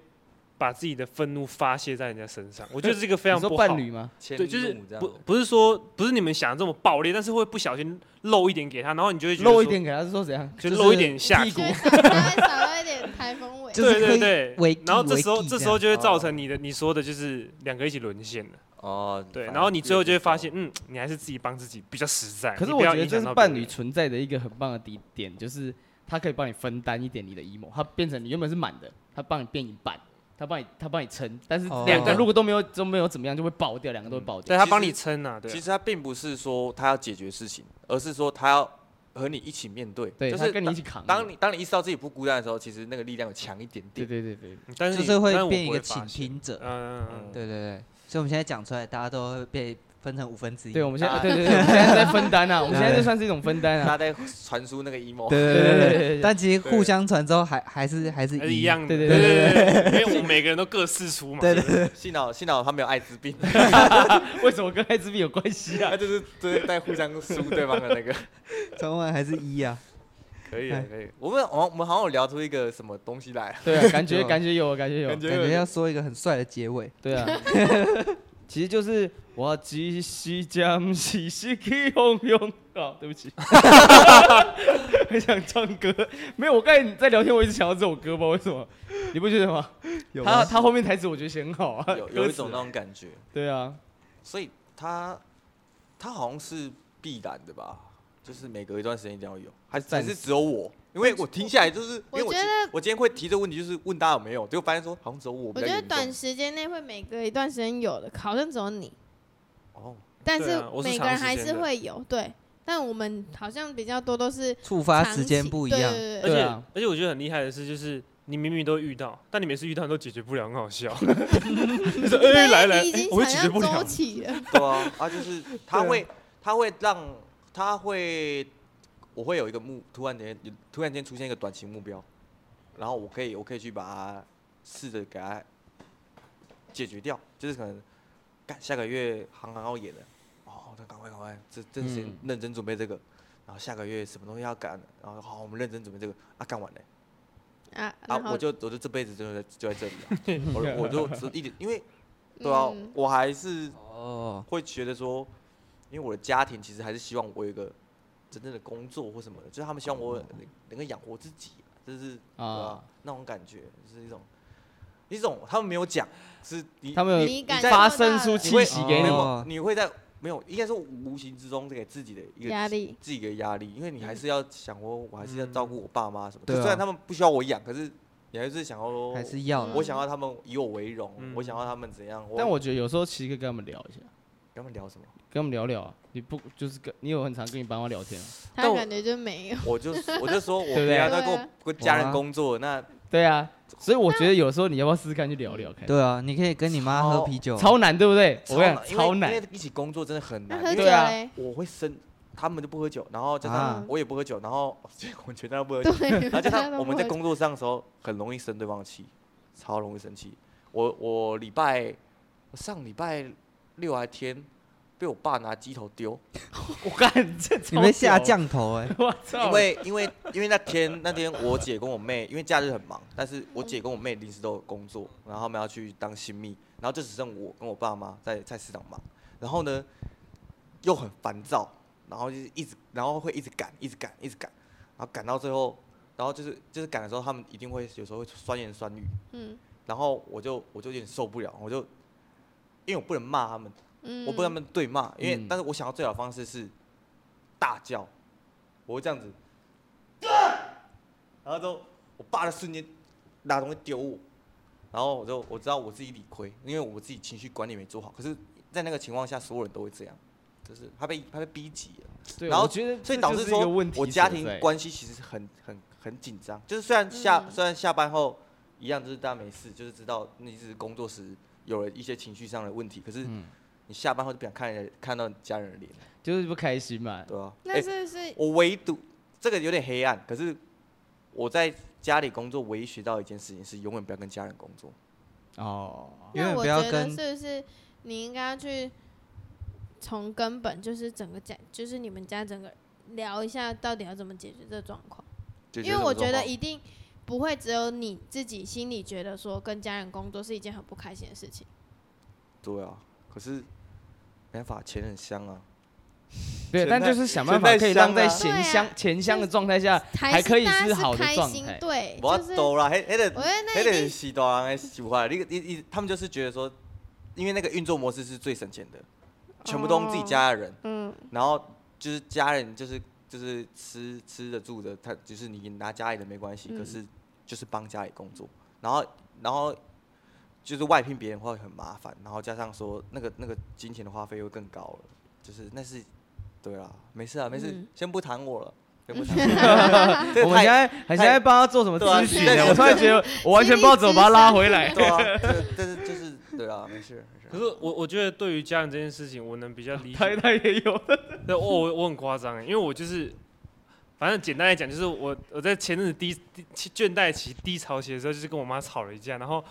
S6: 把自己的愤怒发泄在人家身上，我觉得这个非常
S2: 你
S6: 不
S2: 说
S6: 好。
S2: 伴侣吗？
S3: 迁
S6: 对，就是
S3: 怒这样
S6: 不不是说不是你们想的这么暴烈，但是会不小心漏一点给他，然后你就会觉得
S2: 露一
S6: 说，
S2: 点给他是说怎样？
S6: 就
S1: 就是
S6: 漏一点下
S1: 屁股
S6: 体
S5: 就。会少稍微少到一点台风尾。
S1: 就是
S6: 对
S1: 会
S6: 对
S1: 围
S6: 对
S1: 地，
S6: 然后这时
S1: 围
S6: 候
S1: 地
S6: 这时
S1: 这
S6: 候
S1: 样
S6: 就会造成你的你说的就是两个一起沦陷了，
S3: 哦，
S6: 对，
S3: 反
S6: 然后你
S3: 正
S6: 最后
S3: 越
S6: 就会发
S3: 高
S6: 现，嗯，你还是自己帮自己比较实在。
S2: 可是
S6: 你
S2: 我
S6: 不要
S2: 觉得
S6: 影
S2: 这
S6: 响
S2: 是
S6: 到
S2: 伴
S6: 别
S2: 侣
S6: 人
S2: 存在的一个很棒的底点，就是它可以帮你分担一点你的 emo，它变成你原本是满的，它帮你变一半，它帮你它帮你撑，但是
S1: 哦
S2: 两个如果都没有都没有怎么样，就会爆掉，两个都会爆
S6: 对
S2: 掉。
S6: 他
S3: 其
S6: 帮
S3: 实
S6: 你撑啊，对啊
S3: 其实他并不是说他要解决事情，而是说他要和你一起面对。
S2: 对，
S3: 就
S2: 它
S3: 是
S2: 跟你
S3: 当
S2: 一起扛。
S3: 当你当你意识到自己不孤单的时候，其实那个力量有强一点
S2: 对
S3: 点。
S2: 对对对，
S6: 嗯但是
S1: 就
S6: 你
S1: 是会
S6: 但我不
S1: 变一个
S6: 发
S1: 倾
S6: 现
S1: 听者。
S6: 嗯嗯嗯，
S1: 对对对，所以我们现在讲出来，大家都会被分成五分之一。
S2: 对我们现在
S3: 啊
S2: 对对对，我们现在在分担啊，我们现在就算是一种分担
S3: 他
S2: 啊。
S3: 在传输那个 emo，
S1: 对
S2: 对对对对对
S1: 但其实互相传之后还还是还是
S6: 还是一。样的，
S2: 对对
S6: 对
S2: 对
S6: 对对，因为我们每个人都各试出嘛，
S1: 对对
S3: 幸好幸好他没有艾 滋病，
S2: 为什么跟艾滋病有关系啊
S3: 他？就是就是在互相输对方的 那个。
S1: 传完还是一啊。
S3: 可以可以，我们好像我们好像有聊出一个什么东西来，
S2: 对啊，感觉
S1: 对啊
S2: 感觉有，感觉有
S3: 感，
S1: 感
S3: 有
S1: 觉
S3: 点
S1: 要说一个很帅的结尾。
S2: 对啊。其实就是我只是将只是去汹涌啊，对不起，很想唱歌。没有，我刚才你在聊天，我一直想到这首歌，不知道为什么，你不觉得吗？他他后面台词我觉得写很好啊，
S3: 有有
S2: 歌
S3: 一
S2: 词
S3: 种那种感觉，
S2: 对啊，
S3: 所以他他好像是必然的吧，就是每隔一段时间一定要有，还是还
S2: 暂时
S3: 是只有我？因为我听下来就是，因
S5: 我
S3: 为我
S5: 觉
S3: 今
S5: 得
S3: 我今天会提这个问题，就是问大家有没有，结果发现说好像只有我比
S5: 我
S3: 较
S5: 觉得
S3: 严重
S5: 短时间内会每隔一段时间有的，好像只有你，
S3: 哦，
S5: 但
S6: 对
S5: 是
S6: 啊我是
S5: 每个
S6: 长
S5: 人
S6: 时
S5: 还
S6: 间
S5: 是
S6: 的
S5: 会有对。但我们好像比较多都是
S1: 触发
S5: 长
S1: 时间
S5: 期
S1: 不一
S5: 对
S1: 样，
S5: 对
S6: 而
S5: 对
S2: 对
S6: 且
S2: 啊
S6: 而且我觉得很厉害的是，就是你明明都遇到，但你每次遇到你都解决不了，很好笑。就是
S5: 对
S6: 哎
S5: 对
S6: 来
S5: 你
S6: 来，
S5: 已
S6: 哎
S5: 经
S6: 我会
S5: 产
S6: 解决
S5: 生
S6: 不了
S5: 周。期了。
S3: 对啊，啊就是他
S6: 对啊
S3: 会他会让他会我会有一个目，突然间突然间出现一个短期目标，然后我可以我可以去把它试着给它解决掉，就是可能干下个月行行要演了，哦，那赶快赶快，这这段时间
S2: 嗯
S3: 认真准备这个，然后下个月什么东西要赶了，然后好我们认真准备这个，啊干完了。
S5: 啊，
S3: 啊
S5: 然，后
S3: 我就我就这辈子就在就在这里、啊， 我我就只一点，因为对啊，
S5: 嗯
S3: 我还是
S1: 哦，
S3: 会觉得说，因为我的家庭其实还是希望我有一个真正的工作或什么的，就是他们希望我能能够养活自己，就是对
S2: 哦啊
S3: 啊，那种感觉，就是一种你这种他们没有讲，是你
S2: 他们
S5: 你感受
S2: 发生
S5: 到
S2: 出
S5: 了
S3: 你
S2: 气
S3: 会
S2: 息给
S3: 没
S2: 你
S3: 有，
S1: 哦
S3: 你会在没有应该说无形之中给自己的一个
S5: 压力，
S3: 自己一个压力，因为你还是要想我，我还是要照顾我爸妈什么。
S1: 对
S2: 嗯
S3: 的。
S1: 啊
S3: 虽然他们不需要我养，可是你还是想要说
S1: 还，是要
S5: 嗯
S1: 啦
S3: 我想要他们以我为荣，
S6: 嗯
S3: 我想要他们怎样。
S2: 啊但我觉得有时候其实可以跟他们聊一下，
S3: 跟他们聊什么？
S2: 跟他们聊聊啊。你不就是跟你有很常跟你爸妈聊天啊？
S5: 他感觉 就没有。
S3: 我就我就说我
S2: 对不对
S3: 平常都在跟
S5: 对
S3: 我
S5: 啊
S3: 跟家人
S1: 哇
S3: 工作，那
S2: 对啊，所以我觉得有时候你要不要试试看去聊聊看？
S1: 对啊，你可以跟你妈喝
S3: 超
S1: 啤酒，
S2: 超难，对不对？我
S3: 超
S2: 跟你
S3: 难
S2: 讲，，
S3: 因为
S2: 超
S3: 因
S2: 难
S3: 为。一起工作真的很
S5: 那
S3: 难。
S5: 喝
S3: 因
S5: 酒
S3: 为
S2: 对啊
S5: 嘞？
S3: 我会生，他们就不喝酒，然后加
S1: 啊
S3: 上我也不喝酒，然后 我全家都不喝酒，
S5: 对，
S3: 然后加上我们在
S5: 大家都不会
S3: 工作上的时候，很容易生对方的气，超容易生气。我我礼拜我上礼拜六还天被我爸拿鸡头丢，
S2: 我看这
S1: 你被下，降头哎、
S2: 我
S3: 因
S2: 操！
S3: 为因为因为那天那天我姐跟我妹，因为假日很忙，但是我姐跟我妹临时都有工作，然后他们要去当新密，然后就只剩我跟我爸妈在菜市场忙，然后呢又很烦躁，然后就是一直然后会一直赶，一直赶，一直赶，然后赶到最后，然后就是就是赶的时候，他们一定会有时候会酸言酸语，
S5: 嗯
S3: 然后我就我就有点受不了，我就因为我不能骂他们，
S5: 嗯，
S3: 我不跟他们对骂，因为、
S2: 嗯
S3: 但是我想要最好的方式是大叫，我会这样子，然后之后我爸的瞬间拿东西丢我，然后我就我知道我自己理亏，因为我自己情绪管理没做好，可是，在那个情况下，所有人都会这样，就是他被他被逼急了。
S2: 对
S3: 然后
S2: 我觉得
S3: 所以
S2: 这
S3: 导
S2: 就
S3: 致
S2: 是一
S3: 说
S2: 个问题所
S3: 我
S2: 在，
S3: 家庭关系其实很很很紧张。就是虽然下、
S5: 嗯
S3: 虽然下班后一样，就是大家没事，就是知道你只是工作时有了一些情绪上的问题，可是
S2: 嗯
S3: 你下班后就不想看人看到家人的脸，
S2: 就是不开心嘛。
S3: 对吧、
S5: 那
S3: 哎
S5: 是是
S3: 我唯独这个有点黑暗，可是我在家里工作唯一学到一件事情是永远不要跟家人工作。
S2: 哦，
S1: 永
S5: 那
S1: 远
S5: 我
S1: 不要
S5: 觉得
S1: 跟
S5: 是不是你应该要去从根本，就是整个家，就是你们家整个聊一下，到底要怎么解决这状况？
S3: 就
S5: 因为我
S3: 这种
S5: 觉得
S3: 状况
S5: 一定不会只有你自己心里觉得说跟家人工作是一件很不开心的事情。
S3: 对啊，可是没办法，钱很香啊。
S2: 对，
S3: 钱
S2: 但
S3: 在
S2: 就是想
S3: 钱
S2: 办法
S3: 在
S2: 可以让
S3: 香
S2: 在
S3: 啊
S2: 咸
S5: 对啊
S2: 香钱香的状态下，还
S5: 还
S2: 可以
S5: 大家
S2: 是
S5: 是
S2: 好的
S5: 开
S2: 状
S5: 心
S2: 态
S5: 对，
S3: 我
S5: 哎就是
S3: 懂啦，还还得
S5: 我觉得那
S3: 那
S5: 一定
S3: 点洗短还洗不坏，那个一一他们就是觉得说，因为那个运作模式是最省钱的，全部都用自己家的人，
S5: 嗯
S3: 然后就是家人就是就是吃吃的住的，他就是你拿家里的没关系，
S5: 嗯
S3: 可是就是帮家里工作，然后然后就是外聘别人会很麻烦，然后加上说那个那个金钱的花费又更高了，就是那是对啦，没事啊，没事，
S5: 嗯
S3: 先不谈 我了，先不谈 我了， 这
S2: 我们
S3: 个太
S2: 现在还现在帮他做什么
S3: 对啊
S2: 咨询
S3: 对
S2: 呢？
S3: 对
S2: 我突然觉得我完全不知道怎么把他拉回 来。
S3: 对啊，这但是就是对啊，没事没事。
S6: 可是我我觉得对于家人这件事情，我能比较理
S2: 他
S6: 解。
S2: 他也 有，
S6: 对，我我我很夸张欸，因为我就是，反正简单来讲，就是我我在前阵子低低倦怠期低潮期的时候，就是跟我妈吵了一架，然后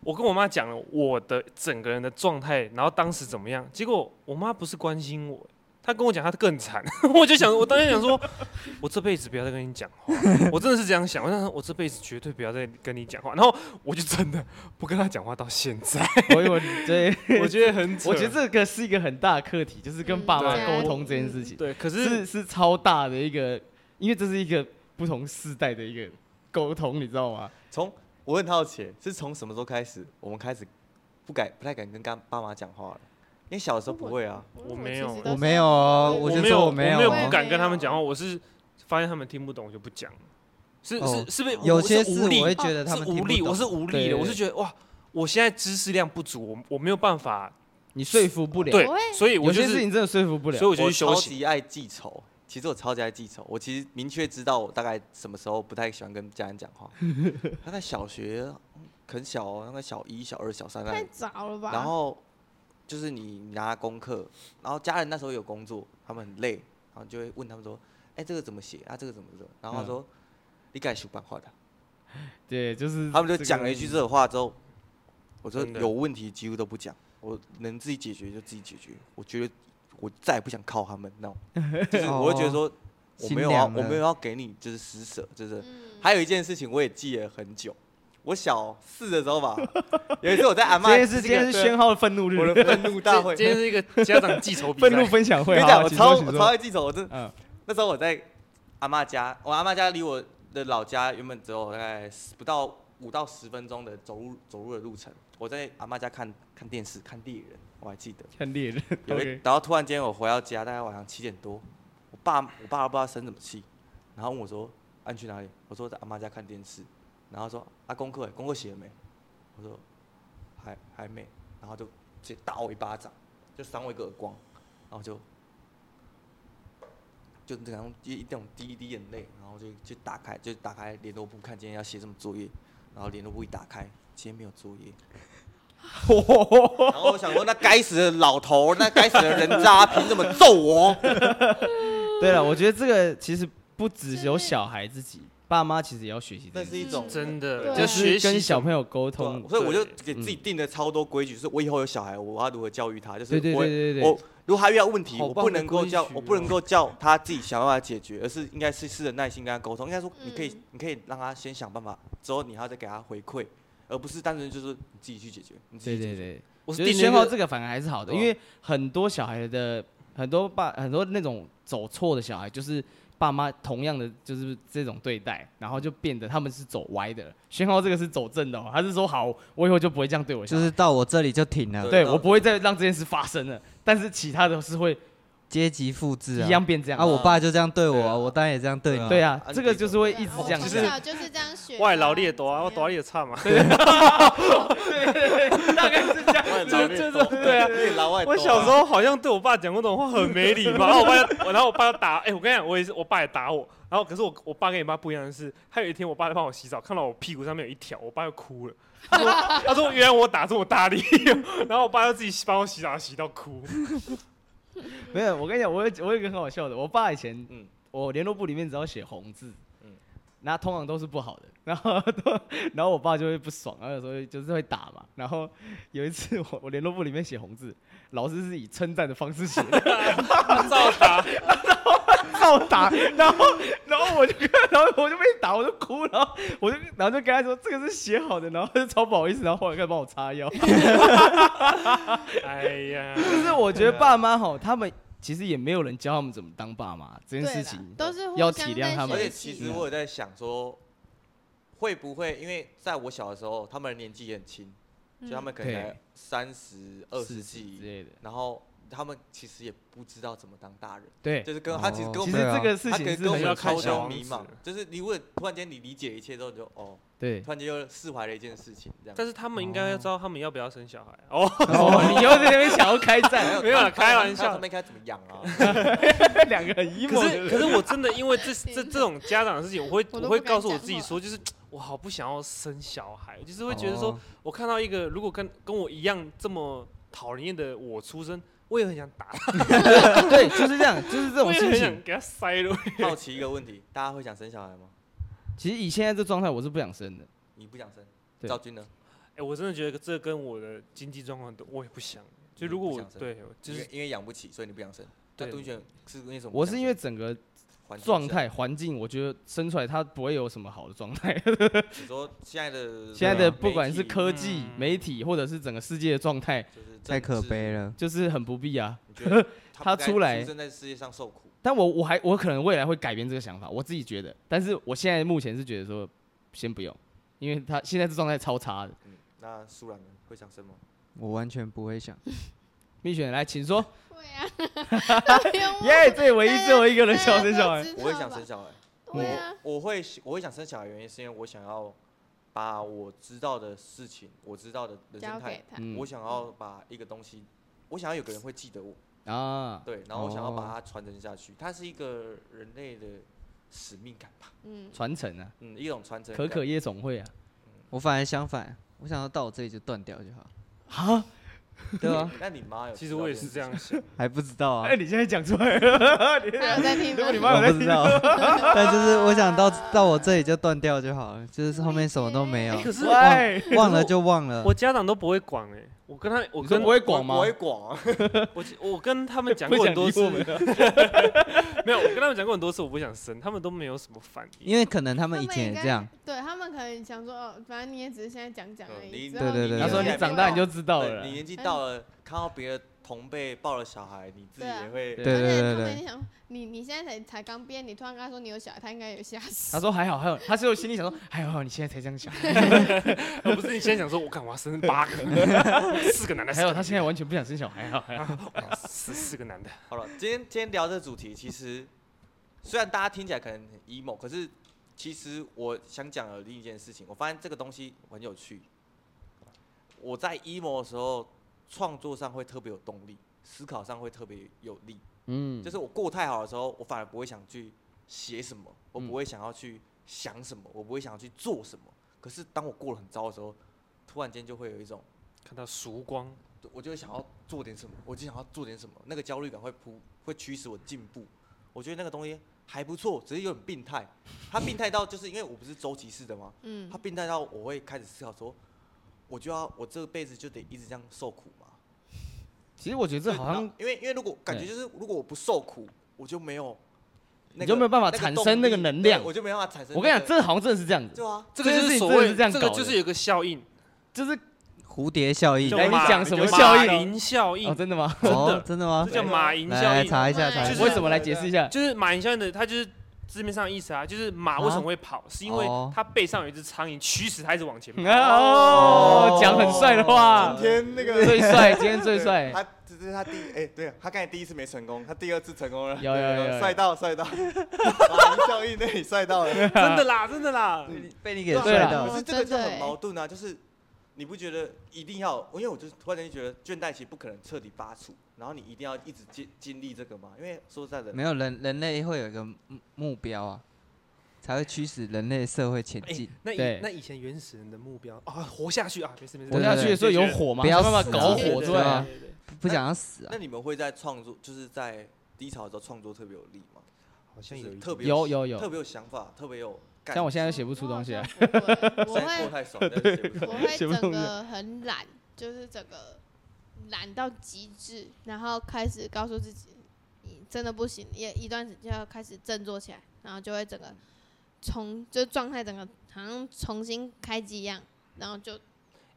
S6: 我跟我妈讲了我的整个人的状态，然后当时怎么样，结果我妈不是关心我欸。她跟我讲，她更惨， 我就想，我当时想说，我这辈子不要再跟你讲话，我真的是这样想，我想说我这辈子绝对不要再跟你讲话，然后我就真的不跟她讲话到现在，
S2: 我我对，
S6: 我觉得很扯，
S2: 我觉得这个是一个很大的课题，就是跟爸妈
S6: 嗯
S3: 啊
S2: 沟通这件事情，
S6: 对，可
S2: 是是超大的一个，因为这是一个不同世代的一个沟通，你知道吗？
S3: 从我很好奇，是从什么时候开始，我们开始不敢不太敢跟干爸妈讲话了？因为小的时候不会啊，
S6: 我没有
S5: 其实
S6: 欸
S5: 都
S1: 我
S5: 是
S1: 没有哦，
S5: 我
S1: 就说
S6: 没有，
S1: 我
S6: 没
S1: 有
S5: 有
S1: 哦
S6: 不敢跟他们
S5: 没有
S6: 讲话，我是发现他们听不懂我就不讲，是
S1: 哦
S6: 是是被
S1: 有
S6: 我是
S1: 些事
S6: 无力哦
S1: 我会觉得他们
S6: 是
S1: 听
S6: 无
S1: 不
S6: 力，
S1: 懂
S6: 我是无力
S2: 对
S6: 的，我是觉得哇，我现在知识量不足，我我没有办法，
S2: 你说服不了，
S6: 对
S5: 我会，
S6: 所以我
S2: 有
S6: 就
S2: 些事
S6: 是，
S2: 情真的说服不了
S6: 所以。我就
S3: 我
S6: 去休
S3: 超
S6: 息。
S3: 级爱记仇。其实我超级爱记仇，我其实明确知道我大概什么时候不太喜欢跟家人讲 话，大概小学很小、哦，大概小一、小二、小三那
S5: 太
S3: 里，
S5: 早了吧？
S3: 然后就是你拿功课，然后家人那时候有工作，他们很累，然后就会问他们说：“哎、这个怎么写啊？这个怎么做？”然后
S6: 嗯
S3: 他说：“你改修版画的。”啊
S2: 对，就是
S3: 他们就
S2: 这个
S3: 讲了一句这种话之后，我说
S6: 真的
S3: 有问题几乎都不讲，我能自己解决就自己解决。我觉得我再也不想靠他们那种，就是我会觉得说我没有要
S1: 心凉了
S3: 我没有要给你就是施舍，就是
S5: 嗯
S3: 还有一件事情我也记了很久，我小四的时候吧，有一次我在阿
S2: 今
S3: 妈
S2: 天是今天是宣啊浩的愤怒日，
S3: 我的愤怒大会，
S6: 今今天是一 个家长记仇比赛
S2: 愤怒，分享
S3: 我
S2: 会。
S3: 跟
S2: 好
S3: 你讲，我
S2: 请
S3: 超
S2: 说
S3: 我
S2: 请
S3: 超
S2: 说
S3: 爱记仇，我真的
S2: 嗯，
S3: 那时候我在阿妈家，我阿妈家离我的老家原本只有大概不到五到十分钟的走路走路的路程，我在阿妈家看看电视看猎人，我还记得。
S2: 看猎人
S3: 有一，然后突然间我回到家，大概晚上七点多，我爸我爸不知道生什么气，然后问我说：“啊，你去哪里？”我说：“在阿妈家看电视。”然后说：“啊，功课欸功课写了没？”我说：“还还没。”然后就直接打我一巴掌，就扇我一个耳光，然后就就那种一一那种滴一滴眼泪，然后就就打开就打开联络簿看今天要写什么作业，然后联络簿一打开，今天没有作业。然后我想说，那该死的老头，那该死的人渣，凭什么揍我？
S2: 对啊了，我觉得这个其实不只有小孩自己，爸妈其实也要学习这
S3: 那
S2: 件事，
S3: 是一种
S6: 真的
S5: 对啊
S6: 就
S2: 就
S6: 学
S2: 是
S6: 习
S2: 跟小朋友沟
S3: 对啊
S2: 通。
S3: 所以我就
S6: 对
S3: 给自己定了超多规矩，是我以后有小孩，我要如何教育他，就是
S2: 对对
S3: 我
S2: 对对对
S3: 我如果他遇到问题，
S1: 好
S3: 我
S1: 棒
S3: 不
S1: 的
S3: 能够
S1: 规
S3: 叫
S1: 矩
S3: 我不能够叫他自己想办法解决，而是应该是试着耐心跟他沟通。应该说，你可以
S5: 嗯
S3: 你可以让他先想办法，之后你还要再给他回馈，而不是单纯就是你自己去解决，你自
S2: 对
S3: 己解
S2: 对
S3: 决。
S2: 对，我
S6: 我是
S2: 觉得
S6: 定
S2: 宣
S6: 了
S2: 告
S6: 一个
S2: 这个反而还是好的，
S3: 对啊
S2: 因为很多小孩的很多爸很多那种走错的小孩，就是爸妈同样的就是这种对待，然后就变得他们是走歪的了。宣浩这个是走正的、哦，他是说好，我以后就不会这样对我小
S1: 就
S2: 孩，
S1: 是到我这里就停了，
S3: 对
S2: 对
S3: 到
S2: 我不会再让这件事发生了。但是其他的是会
S1: 阶级复制
S2: 一
S1: 啊，
S2: 样变这样
S1: 啊，我爸就这样对我
S3: 对
S1: 啊，
S3: 啊
S1: 我当然也这样对你，
S2: 对啊
S3: 啊，
S2: 这个就是会一直这样
S5: 我从
S6: 就
S2: 子。
S6: 是
S5: 小就是这样学的啊。
S6: 外劳力多啊，我
S5: 怎么
S6: 多
S5: 样
S6: 力差嘛。
S2: 大概是这样，
S6: 就就是对啊。
S3: 对老外
S6: 我
S3: 多
S6: 小
S3: 啊
S6: 时候好像对我爸讲过这种话很没礼 貌，然后我爸就，我然后我爸就打，哎、我跟你讲，我也是，我爸也打我。然后可是我我爸跟你爸不一样的是，他有一天我爸在帮我洗澡，看到我屁股上面有一条，我爸就哭了。他说：“他说原来我打这么大力哦。”然后我爸就自己帮我洗澡，洗到哭。
S2: 没有，我跟你讲，我有我有一个很好笑的，我爸以前，
S3: 嗯
S2: 我联络簿里面只要写红字，
S3: 嗯
S2: 那通常都是不好的，然后都，然后我爸就会不爽，然后有时候就是会打嘛。然后有一次我我联络簿里面写红字，老师是以称赞的方式写的，
S6: 照打，
S2: 照打，然后然后我就跟，然后我就被打，我就哭，然后我就然后就跟他说这个是写好的，然后他就超不好意思，然后后来开始帮我擦腰。
S6: 哎呀，
S2: 就是我觉得爸妈吼，他们其实也没有人教他们怎么当爸妈这件事
S5: 对啦啊
S2: 情，
S5: 都是互
S2: 要
S5: 相
S2: 体
S5: 在
S2: 谅他们
S3: 而
S5: 学
S3: 且
S5: 习
S3: 其实
S5: 的
S3: 我有在想说，会不会因为在我小的时候，他们的年纪也很轻，
S5: 嗯
S3: 就他们可
S2: 嗯
S3: 能
S2: 对
S3: 才三十二十
S2: 之
S3: 几，
S2: 类的。
S3: 然后他们其实也不知道怎么当大人，
S2: 对，哦
S3: 就是跟他其实跟我
S2: 其
S3: 们
S2: 实
S1: 对啊
S2: 这个事
S3: 他可
S2: 情
S3: 能
S2: 是
S3: 跟我
S2: 很
S3: 们
S6: 要看
S3: 超
S6: 小
S3: 像
S6: 王
S3: 迷
S6: 子
S3: 茫，就是你如果突然间你理解一切之后，你就哦，
S2: 对。
S3: 突然间又释怀了一件事情，这样。
S6: 但是他们应该要知道他们要不要生小孩哦。
S2: 哦，你又在那边想要开
S3: 还
S2: 战，
S6: 没有
S3: 他
S6: 啦
S3: 们
S6: 开玩
S3: 他
S6: 笑
S3: 们他们应该怎么养 啊？
S2: 两个很 emo
S6: 可
S2: 的
S6: 是可是我真的因为这这这种家长的事情，我会
S5: 我
S6: 我
S5: 都
S6: 会
S5: 不敢
S6: 告诉我
S5: 讲
S6: 自己
S5: 话
S6: 说，就是我好不想要生小孩，就是会觉得
S1: 哦
S6: 说，我看到一个如果跟跟我一样这么讨人厌的我出生，我也很想打他，
S2: 对，就是这样，就是这
S6: 我
S2: 种
S6: 也
S2: 心
S6: 很
S2: 情
S6: 想。给他塞了。
S3: 好奇一个问题，大家会想生小孩吗？
S2: 其实以现在这状态，我是不想生的。
S3: 你不想生，
S2: 对
S3: 赵军呢？
S6: 哎、我真的觉得这跟我的经济状况都，我也不想。就如果
S3: 啊不
S6: 我
S3: 想生
S6: 对，就
S3: 因为
S6: 是
S3: 因为养不起，所以你不想生。那
S6: 对
S3: 杜鹃是因为什么不想生？
S2: 我是因为整个
S3: 环境
S2: 状
S3: 下
S2: 态环境，我觉得生出来他不会有什么好的状态。
S3: 你说现在的
S2: 现在的不管是
S3: 媒体
S2: 科技、
S6: 嗯
S2: 媒体，或者是整个世界的状态，
S3: 就是
S1: 太可悲
S3: 了。
S1: 了。
S2: 就是很不必啊。
S3: 你 觉得
S2: 他
S3: 不该
S2: 出来
S3: 出生在世界上受苦，
S2: 但我我还我可能未来会改变这个想法，我自己觉得。但是我现在目前是觉得说，先不用，因为他现在这状态超差的。
S3: 嗯，那苏然呢会想生吗？
S1: 我完全不会想，
S2: 蜜雪来，请说。
S5: 会啊，都不用问
S2: 耶，这唯一
S5: 大家
S2: 只有一个人
S5: 大
S2: 想
S5: 家
S2: 生
S5: 都
S2: 小孩。
S5: 知
S3: 我会
S5: 道
S3: 想
S5: 吧
S3: 生小孩，
S5: 对
S2: 嗯
S5: 啊，
S3: 我会我会想生小孩，原因是因为我想要把我知道的事情，我知道的人
S5: 交
S3: 生
S5: 给
S3: 态，
S5: 他。
S2: 嗯
S3: 我想要把一个东西，我想要有个人会记得我，
S2: 啊，
S3: 对，然后我想要把
S1: 哦
S3: 它传承下去，它是一个人类的使命感吧，
S5: 嗯，
S2: 传承啊，
S3: 嗯，一种传承
S2: 可
S3: 感。
S2: 可夜总会啊，
S1: 我反而相反，我想要到我这里就断掉就好，
S2: 啊，
S1: 对啊，
S3: 那你妈有？
S6: 其实我也是这。样想。
S1: 还不知道啊，
S2: 哎，你现在讲出来了，你
S5: 还有在听吗？
S2: 如果你妈有
S1: 我
S2: 在
S1: 不知道， 但就是我想到到我这里就断掉就好了，就是后面什么都没有
S6: 哎，可是
S2: 喂，
S1: 忘了就忘了
S6: 我。家长都不会管哎、我跟他，我
S2: 你说
S6: 跟
S2: 不会广吗
S3: 我？会广，啊
S6: 我我跟他们讲
S2: 不
S6: 过
S2: 想
S6: 很多
S2: 理
S6: 次
S2: 我，们了，
S6: 没有，我跟他们讲过很多次，我不想生，他们都没有什么反应。
S1: 因为可能他们以
S5: 应
S1: 前也
S5: 该
S1: 这样，，
S5: 对他们可能想说，哦，反正你也只是现在讲讲而
S3: 嗯你
S5: 已。之
S1: 对
S5: 后
S1: 对对
S5: 你
S1: 对
S2: 他
S5: 就
S2: 说
S5: 是
S2: 你
S5: 也
S2: 长
S5: 不
S2: 大
S5: 会
S2: 你就知道了
S3: 对你
S2: 啦，
S3: 年纪到了，看到别的同辈抱了小孩，你自己
S5: 对啊
S3: 也会
S2: 对
S5: 而且
S1: 对对
S5: 他
S1: 对
S5: 们你想，你你现在才才刚毕业，你突然跟他说你有小孩，他应该有吓死。
S2: 他说还好，还有，他只有心里想说还好，你现在才这样想。
S6: 而不是你现在想说，我看我要生八个， 四个男的，
S2: 还有，他现在完全不想生小孩，还好，还好。
S6: 四四个男的，
S3: 好了，今天今天聊这主题，其实虽然大家听起来可能很 emo，可是其实我想讲的另一件事情，我发现这个东西很有趣。我在 emo 的时候，创作上会特别有动力，思考上会特别有力。
S2: 嗯，
S3: 就是我过太好的时候，我反而不会想去写什么，我
S2: 嗯
S3: 不会想要去想什么，我不会想要去做什么。可是当我过得很糟的时候，突然间就会有一种，
S6: 看到曙光，
S3: 我就会想要做点什么，我就想要做点什么，那个焦虑感会扑，会驱使我进步。我觉得那个东西还不错，只是有点病态。它病态到就是因为我不是周期式的吗？
S5: 嗯
S3: 他，病态到我会开始思考说，我就要我这辈子就得一直这样受苦嘛。
S2: 其实我觉得这
S3: 对
S2: 好
S3: 然
S2: 像
S3: 后因为因为如果感觉
S2: 对
S3: 就是如果我不受苦，我就没有、那个，
S2: 你就没有办法
S3: 那个
S2: 产
S3: 动
S2: 生那
S3: 力
S2: 个能
S3: 对
S2: 量
S3: 我就没办法产生那
S2: 我
S3: 个、
S2: 跟你讲，这好像真的是这样子，
S3: 对啊，
S6: 这个
S2: 这
S6: 就
S2: 件事情
S6: 是所
S2: 真的
S6: 谓
S2: 是这样
S6: 个
S2: 搞的
S6: 就是有个效应，
S2: 就是
S1: 蝴蝶效应
S6: 叫
S2: 哎你
S6: 马
S2: 讲什么
S6: 马
S2: 效应
S6: 蝇效应
S2: 哦，，真的吗？
S1: 哦，真的吗
S6: 这？叫马蝇效
S1: 来
S6: 应。
S1: 查一下，查一下。
S6: 就是
S2: 为什么来解释一下？
S6: 就是马云效应的，它就是字面上的意思啊，就是马为什么会跑，是因为
S1: 哦
S6: 它背上有一只苍蝇驱使它一直 往前跑。
S2: 哦，讲很帅的话，
S3: 今天那个
S2: 最帅，今天最帅。
S3: 他这是他第哎、对他刚才第一次没成功，他第二次成功了，
S2: 有有有有
S3: 帅到帅到， 马云效应那里 帅到了。
S6: 真的啦，真的啦，
S1: 被你给
S2: 对啊
S1: 帅
S2: 啦
S1: 到
S5: 哦
S6: 啊
S3: 可是这个就
S5: 真的
S3: 很
S5: 欸
S3: 矛盾啊，就是你不觉得一定要？因为我就是突然间觉得倦怠期不可能彻底拔除，然后你一定要一直经经历这个嘛？因为说实在的，
S1: 没有人人类会有一个目目标啊，才会驱使人类社会前
S6: 哎
S1: 进。
S6: 那以
S2: 对
S6: 那以前原始人的目标啊，活下去啊，没事没事，
S2: 活下去的时候有火嘛，
S1: 不要
S2: 想办法
S1: 死啊
S2: 搞
S1: 对
S2: 火出来啊。
S6: 对对对对
S1: 不想要死啊
S3: 那！你们会在创作，就是在低潮的时候创作特别有力吗？
S6: 好
S3: 就
S6: 像
S3: 是
S6: 有一
S3: 特别
S2: 有有
S3: 特
S2: 有，
S3: 别有想法，特别有干劲。
S2: 像我现在就写不出东西啊来。
S5: 我好像不会我
S3: 现在 过
S5: 会
S3: 太爽，但是写不出
S5: 我
S3: 来
S5: 会
S2: 全部
S5: 整
S2: 都是
S5: 个很懒，就是整个懒到极致，然后开始告诉自己，你真的不行，也一段时间要开始振作起来，然后就会整个重，就状态整个好像重新开机一样，然后就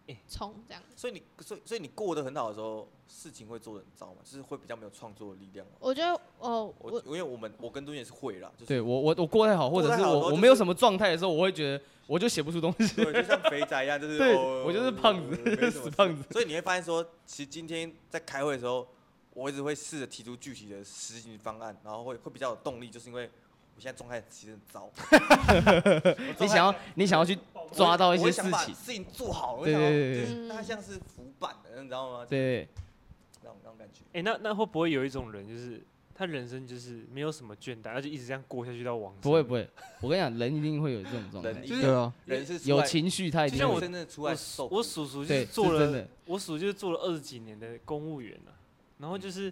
S6: 哎
S5: 冲这样。
S3: 所以你所以所以你过得很好的时候，事情会做得很糟嘛，就是会比较没有创作的力量嘛。
S5: 我觉得哦，
S3: 我
S5: 我
S3: 因为我们我跟敦也是会啦，就是
S2: 对我我我过太好，或者
S3: 过太
S2: 是
S3: 好的时
S2: 我
S3: 候
S2: 我
S3: 就是
S2: 没有什么状态的时候，我会觉得我就写不出东西。
S3: 对，就像肥宅一样，就是
S2: 对
S3: 哦
S2: 我 就是胖子
S3: 没什么事
S2: 死胖子
S3: 所以你会发现说，其实今天在开会的时候，我一直会试着提出具体的实行方案，然后会会比较有动力，就是因为我现在状态其实很糟，
S2: 你想要你想要去抓到一些
S3: 我会
S2: 事
S3: 想把
S2: 情，
S3: 事情做好，我
S2: 对
S3: 想要
S2: 对对
S3: 就
S5: 对
S3: 是它像是浮板的，你知道吗？
S2: 对，
S3: 那种那种感觉。
S6: 哎，那那会不会有一种人，就是他人生就是没有什么倦怠，而且一直这样过下去到往生？
S2: 不会不会，我跟你讲，人一定会有这种状态
S3: 人，一
S1: 对哦，
S3: 人是出
S2: 有
S3: 来，
S2: 情绪他一
S3: 就
S2: 定
S3: 像我
S2: 会。
S3: 真正出
S6: 我
S3: 来
S6: 叔
S3: 受苦
S6: 我叔叔就
S2: 对，
S6: 是做
S2: 是真
S6: 了
S2: 的。
S6: 我叔就是做了二十几年的公务员啊，然后就是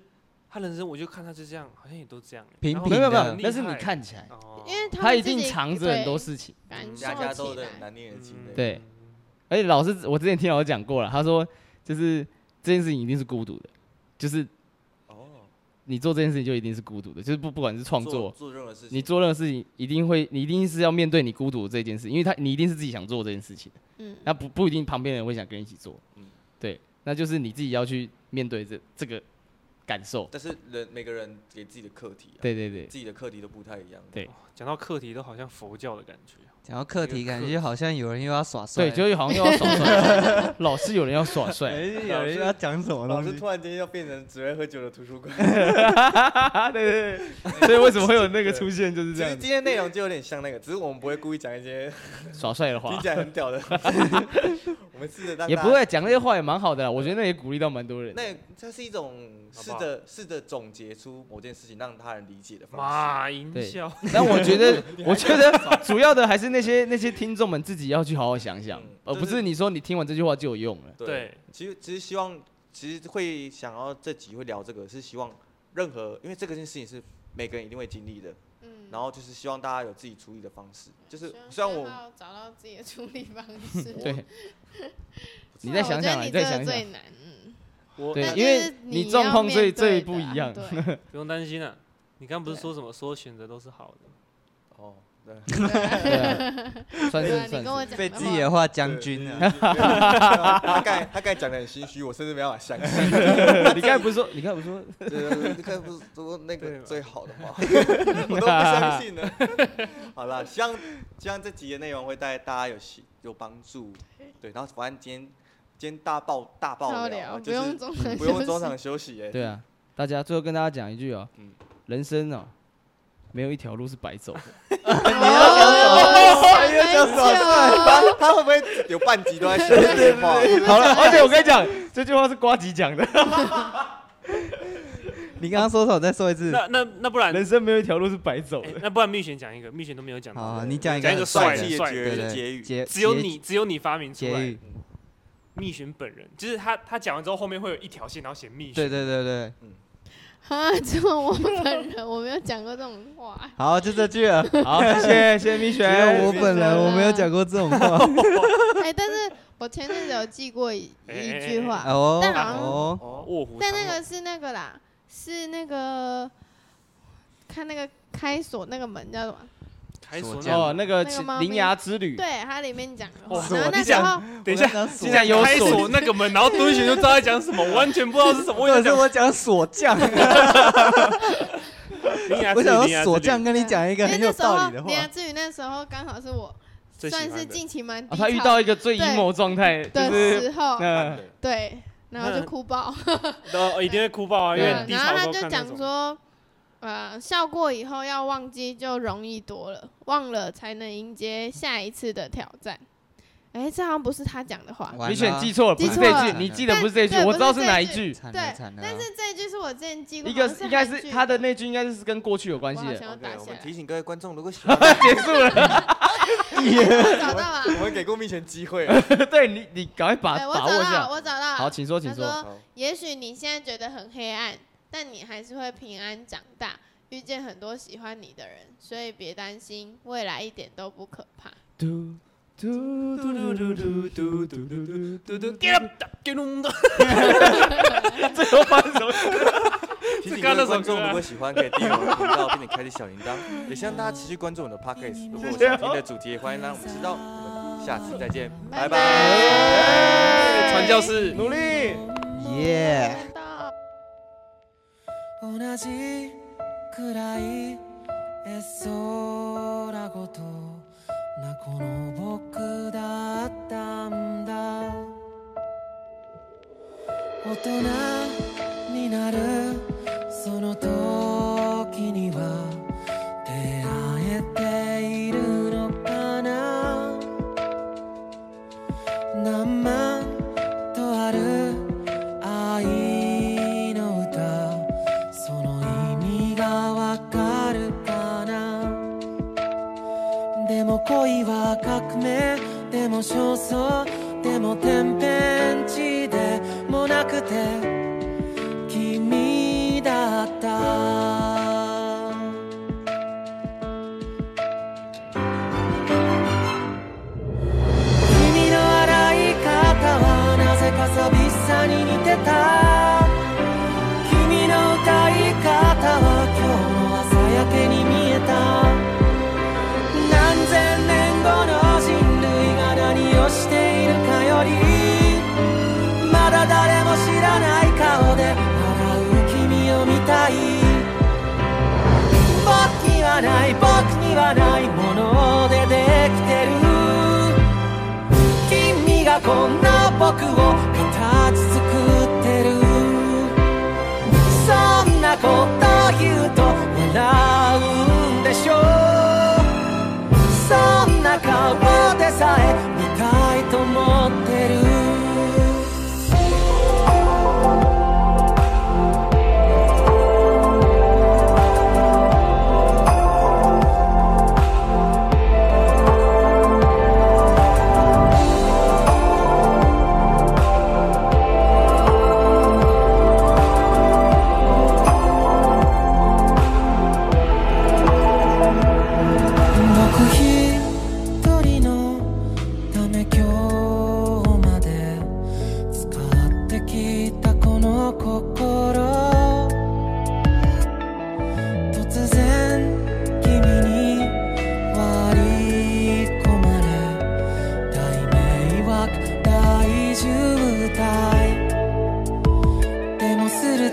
S6: 他人生，我就看他就这样，好像也都这样欸、
S1: 平
S6: 然后
S1: 平
S2: 没有没有
S1: 的
S2: 没有
S6: 很，厉
S2: 那是你
S6: 害，
S2: 看起来，
S6: 哦
S5: 因为他
S2: 他
S5: 们
S2: 一
S5: 自
S2: 定
S5: 己
S2: 藏着很多
S5: 对
S2: 事情。
S5: 感受
S3: 嗯家家都
S5: 起
S3: 有
S5: 来
S3: 难念的经的。
S2: 对
S6: 嗯
S2: 而且老师，我之前听老师讲过了，他说就是这件事情一定是孤独的，就是
S3: 哦，
S2: 你做这件事情就一定是孤独的，就是不不管是创
S3: 做
S2: 作，
S3: 做任何事情，
S2: 你做任何事情一定会，你一定是要面对你孤独这件事，因为他你一定是自己想做这件事情的，
S5: 嗯，
S2: 那不不一定旁边人会想跟你一起做，
S3: 嗯
S2: 对，那就是你自己要去面对这这个感受，
S3: 但是人每个人给自己的课题、啊，
S2: 对对对，
S3: 自己的课题都不太一样。
S2: 对
S6: 讲到课题都好像佛教的感觉，
S1: 讲到课题，感觉好像有人又要耍帅
S2: 对，
S1: 了，
S2: 就好像又要耍帅， 老是有人要耍 帅，
S1: 哎有人又要讲什么
S3: 老
S1: 东
S3: 师
S1: 西？
S3: 突然间要变成只会喝酒的图书馆。
S2: 啊对对对， 所以为什么会有那个出现，就是
S3: 其
S2: 这
S3: 实
S2: 样
S3: 今天内容就有点像那个，只是我们不会故意讲一 些
S2: 耍帅的话
S3: 听。起来很屌的。 我们试着让
S2: 也
S3: 大
S2: 不
S3: 家，
S2: 会讲那些话也蛮好的啦，我觉得那也鼓励到蛮多人。
S3: 那这是一种试
S6: 好不
S3: 着试着总结出某件事情让他人理解的方式。
S6: 马营
S2: 对
S6: 销，
S2: 但我觉 得，我觉得主要的还是那些那些听众们自己要去好好想想
S3: 嗯，
S2: 而
S3: 就
S2: 不
S3: 是
S2: 是你说你听完这句话就有用了。
S6: 对，
S3: 其实其实希望，其实会想要这集会聊这个，是希望任何因为这个件事情是每个人一定会经历的，
S5: 嗯，
S3: 然后就是希望大家有自己处理的方式。就是
S5: 希
S3: 虽
S5: 望
S3: 然
S5: 最
S3: 我
S5: 后找到自己的处理方 式，
S2: 对，你
S5: 对
S2: 再
S5: 我
S2: 想
S5: 觉得
S2: 想啊，
S5: 你
S2: 你再
S5: 这个
S2: 想
S5: 最
S2: 想，
S5: 难，嗯，
S6: 我
S2: 对
S5: 但
S2: 因为
S5: 是
S2: 你
S5: 你
S2: 状
S5: 要
S2: 况
S5: 面
S2: 最最
S5: 对的
S2: 不一样
S5: 对
S6: 不用担心啊。你刚不是说什么所有选择都是好的？
S3: 哦，
S2: 对啊，算
S5: 对啊
S2: 是
S5: 你
S2: 算
S5: 跟我
S2: 是，
S5: 讲
S1: 被
S5: 的
S1: 自
S5: 话
S1: 己的话将军了。
S7: 了。大概大概讲的很心虚，我甚至没办法相信。
S2: 你刚才不是说，你刚才不是说，
S7: 对对对，你看不是说那
S6: 对
S7: 个
S6: 嘛
S7: 最好的话，我都不相信了。好了，希望希望这集的内容会带大家有喜有帮助。对，然后反正今天今天大爆大爆
S5: 超
S7: 料啊，
S5: 聊，
S7: 就
S5: 不
S7: 是
S5: 用中场
S7: 不用
S5: 休
S7: 中
S5: 息
S7: 场休息哎、
S2: 对啊，大家最后跟大家讲一句哦
S7: 嗯，
S2: 人生哦，没有一条路是白走的。
S5: 哦
S7: 因为这样子他他会不会有半集都在说这句话？
S2: 好了，而且我跟你讲，这句话是瓜吉讲 的。
S1: 你刚刚说什么？再说一次。
S6: 那那那不然，
S2: 人生没有一条路是白走
S6: 哎
S2: 的。
S6: 那不然蜜雪讲一个，蜜雪都没有讲
S1: 好
S6: 到，
S1: 啊，你讲一个
S6: 讲一个
S7: 帅
S6: 帅
S7: 气的
S6: 的帅的，
S7: 结
S1: 对对
S7: 结语，
S1: 结
S6: 只有
S1: 结
S6: 你只有你发明出
S1: 结
S6: 来
S1: 语。，
S6: 蜜雪本人，就是他他讲完之后后面会有一条线，然后写蜜雪。
S1: 对对对对，
S5: 啊！这种我本人我没有讲过这种话，
S1: 好，就这句
S5: 哎
S1: 了。
S2: 好，谢谢谢谢蜜
S1: 只有我
S2: 雪。
S1: 本人，我没有讲过这种话。
S5: 哎，但是我前阵子有记过一
S6: 哎
S5: 一句话，
S1: 哦
S5: 但好像
S1: 哦，
S6: 哦，卧虎藏龙。
S5: 但那个是那个啦，是那个看那个开锁那个门叫什么？
S6: 开锁
S1: 锁
S6: 那
S1: 匠
S6: 个
S2: 哦，那个
S5: 那个猫咪
S2: 铃芽之旅，
S5: 对，它里面讲的话
S6: 哇，
S5: 然后那
S6: 哦你
S5: 时
S6: 讲
S5: 候
S6: 等一下，
S1: 竟
S2: 然有
S6: 开
S2: 锁
S6: 锁那个门，然后蹲选就知道在讲什么，我完全不知道是什么。
S1: 或
S6: 我
S1: 者
S6: 想
S1: 是
S6: 讲
S1: 我讲锁匠，
S6: 铃芽之
S1: 我想
S6: 旅，铃
S1: 说
S6: 芽
S1: 锁
S6: 之旅
S1: 匠 跟你讲一个
S5: 因为
S1: 很
S5: 那
S1: 有
S5: 时候
S1: 道理的话
S5: 林。雅至于那时候刚好是我
S6: 最喜
S5: 算
S6: 欢
S5: 是
S6: 的
S5: 近期蛮低
S2: 哦
S5: 潮
S2: 他遇到一个最
S5: 对
S2: emo 状态，就
S5: 的
S2: 是
S5: 时候，
S2: 嗯，
S5: 对，然后就哭爆。
S6: 呃，一定会哭爆啊，因
S5: 对，
S6: 为低
S5: 然后
S6: 潮的
S5: 他
S6: 时候
S5: 就
S6: 看
S5: 讲
S6: 那种。
S5: 说，呃，笑过以后要忘记就容易多了，忘了才能迎接下一次的挑战。哎，这好像不是他讲的话，
S1: 完
S2: 嗯你
S1: 了
S2: 选记错了，不是这
S5: 记
S2: 一
S5: 错
S2: 句，
S1: 了
S2: 你记得不是这一句，我知道是哪一 句。
S1: 惨
S5: 对
S1: 了惨了。
S5: 但是这一句是我之前记过，
S2: 一个
S5: 好像
S2: 应该
S5: 韩
S2: 是
S5: 剧
S2: 他的那句，应该是跟过去有关
S5: 我
S2: 系
S5: 好
S2: 的。
S5: 像要
S7: OK，
S5: 打
S7: 我
S5: 下
S7: 们
S5: 来，
S7: 提醒各位观众，如果喜 欢，
S2: 结 束了，
S5: 我找到了
S7: 我，们给过蜜泉机会。
S2: 对你，你赶快把
S5: 对我
S2: 把
S5: 找
S2: 握一
S5: 到了，
S2: 下。
S5: 我找到了。
S2: 好，请说，
S5: 他
S2: 请说。
S5: 说：“也许你现在觉得很黑暗，但你还是会平安长大，遇见很多喜欢你的人，所以别担心，未来一点都不可怕。
S2: 嘟嘟嘟嘟嘟嘟嘟嘟嘟嘟嘟。
S6: Get up, get up
S2: 最后发生什么事？
S7: 提醒各位观众，如
S1: 啊
S7: 果喜欢，可以订阅我们频道，并且开启小铃铛。也希望大家持续关注我们的 podcast。如果有想听的主题，也欢迎让我们知道。我们下次再见，拜拜。
S6: 传教士
S2: 努力。
S1: 耶。
S5: 看到。
S8: 同じくらいえそうなことなこの僕だったんだ大人になるその時には出会えているのかな何万とある愛の歌その意味がわかるかなでも恋は革命でも焦燥でも天変地でもなくて君だった君の洗い方はなぜか寂しさに似てた君の歌い方は今日の朝焼けに見えた何千年後の人類が何をしているかよりまだ誰も知らない顔で笑う君を見たい僕にはない僕にはないものでできてる君がこんな僕を形作ってるそんなこと言うと笑うんでしょうそんな顔でさえ見たいと思ってる「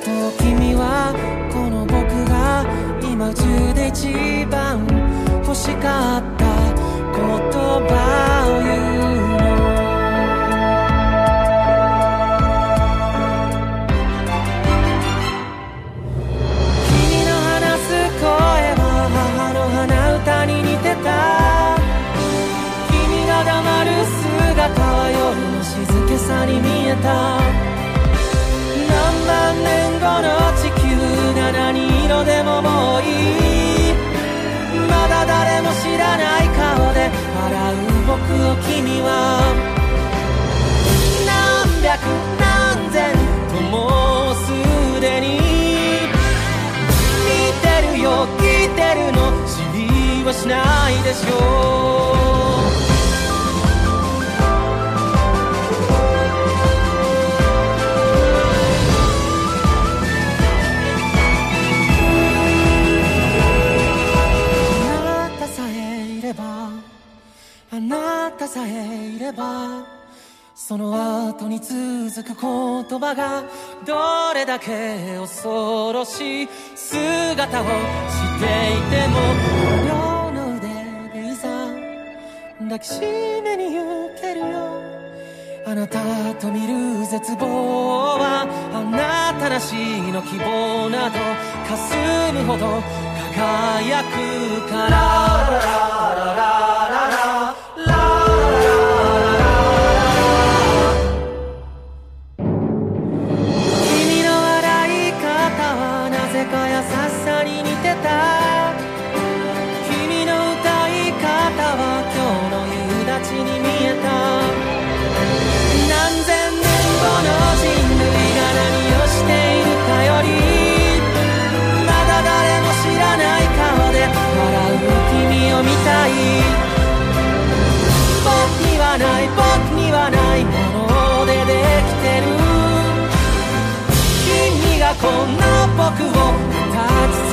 S8: と君はこの僕が今中で一番欲しかった言葉を言うの君の話す声は母の鼻歌に似てた君が黙る姿は夜の静けさに見えた何万年後の地球な何色でももういいまだ誰も知らない顔で笑う僕を君は何百何千ともうすでに見てるよ聞いてるの知りはしないでしょうあなたさえいればあなたさえいればその後に続く言葉がどれだけ恐ろしい姿をしていても両の腕でいざ抱きしめに受けるよあなたと見る絶望はあなたなしの希望など霞むほど輝くから君の笑い方はなぜか優しさに似てた君の歌い方は今日の夕立に見えた何千年後の人類が何をしているかよりまだ誰も知らない顔で笑う君を見たい僕にはない僕にはないものでできてる君がこんな僕を形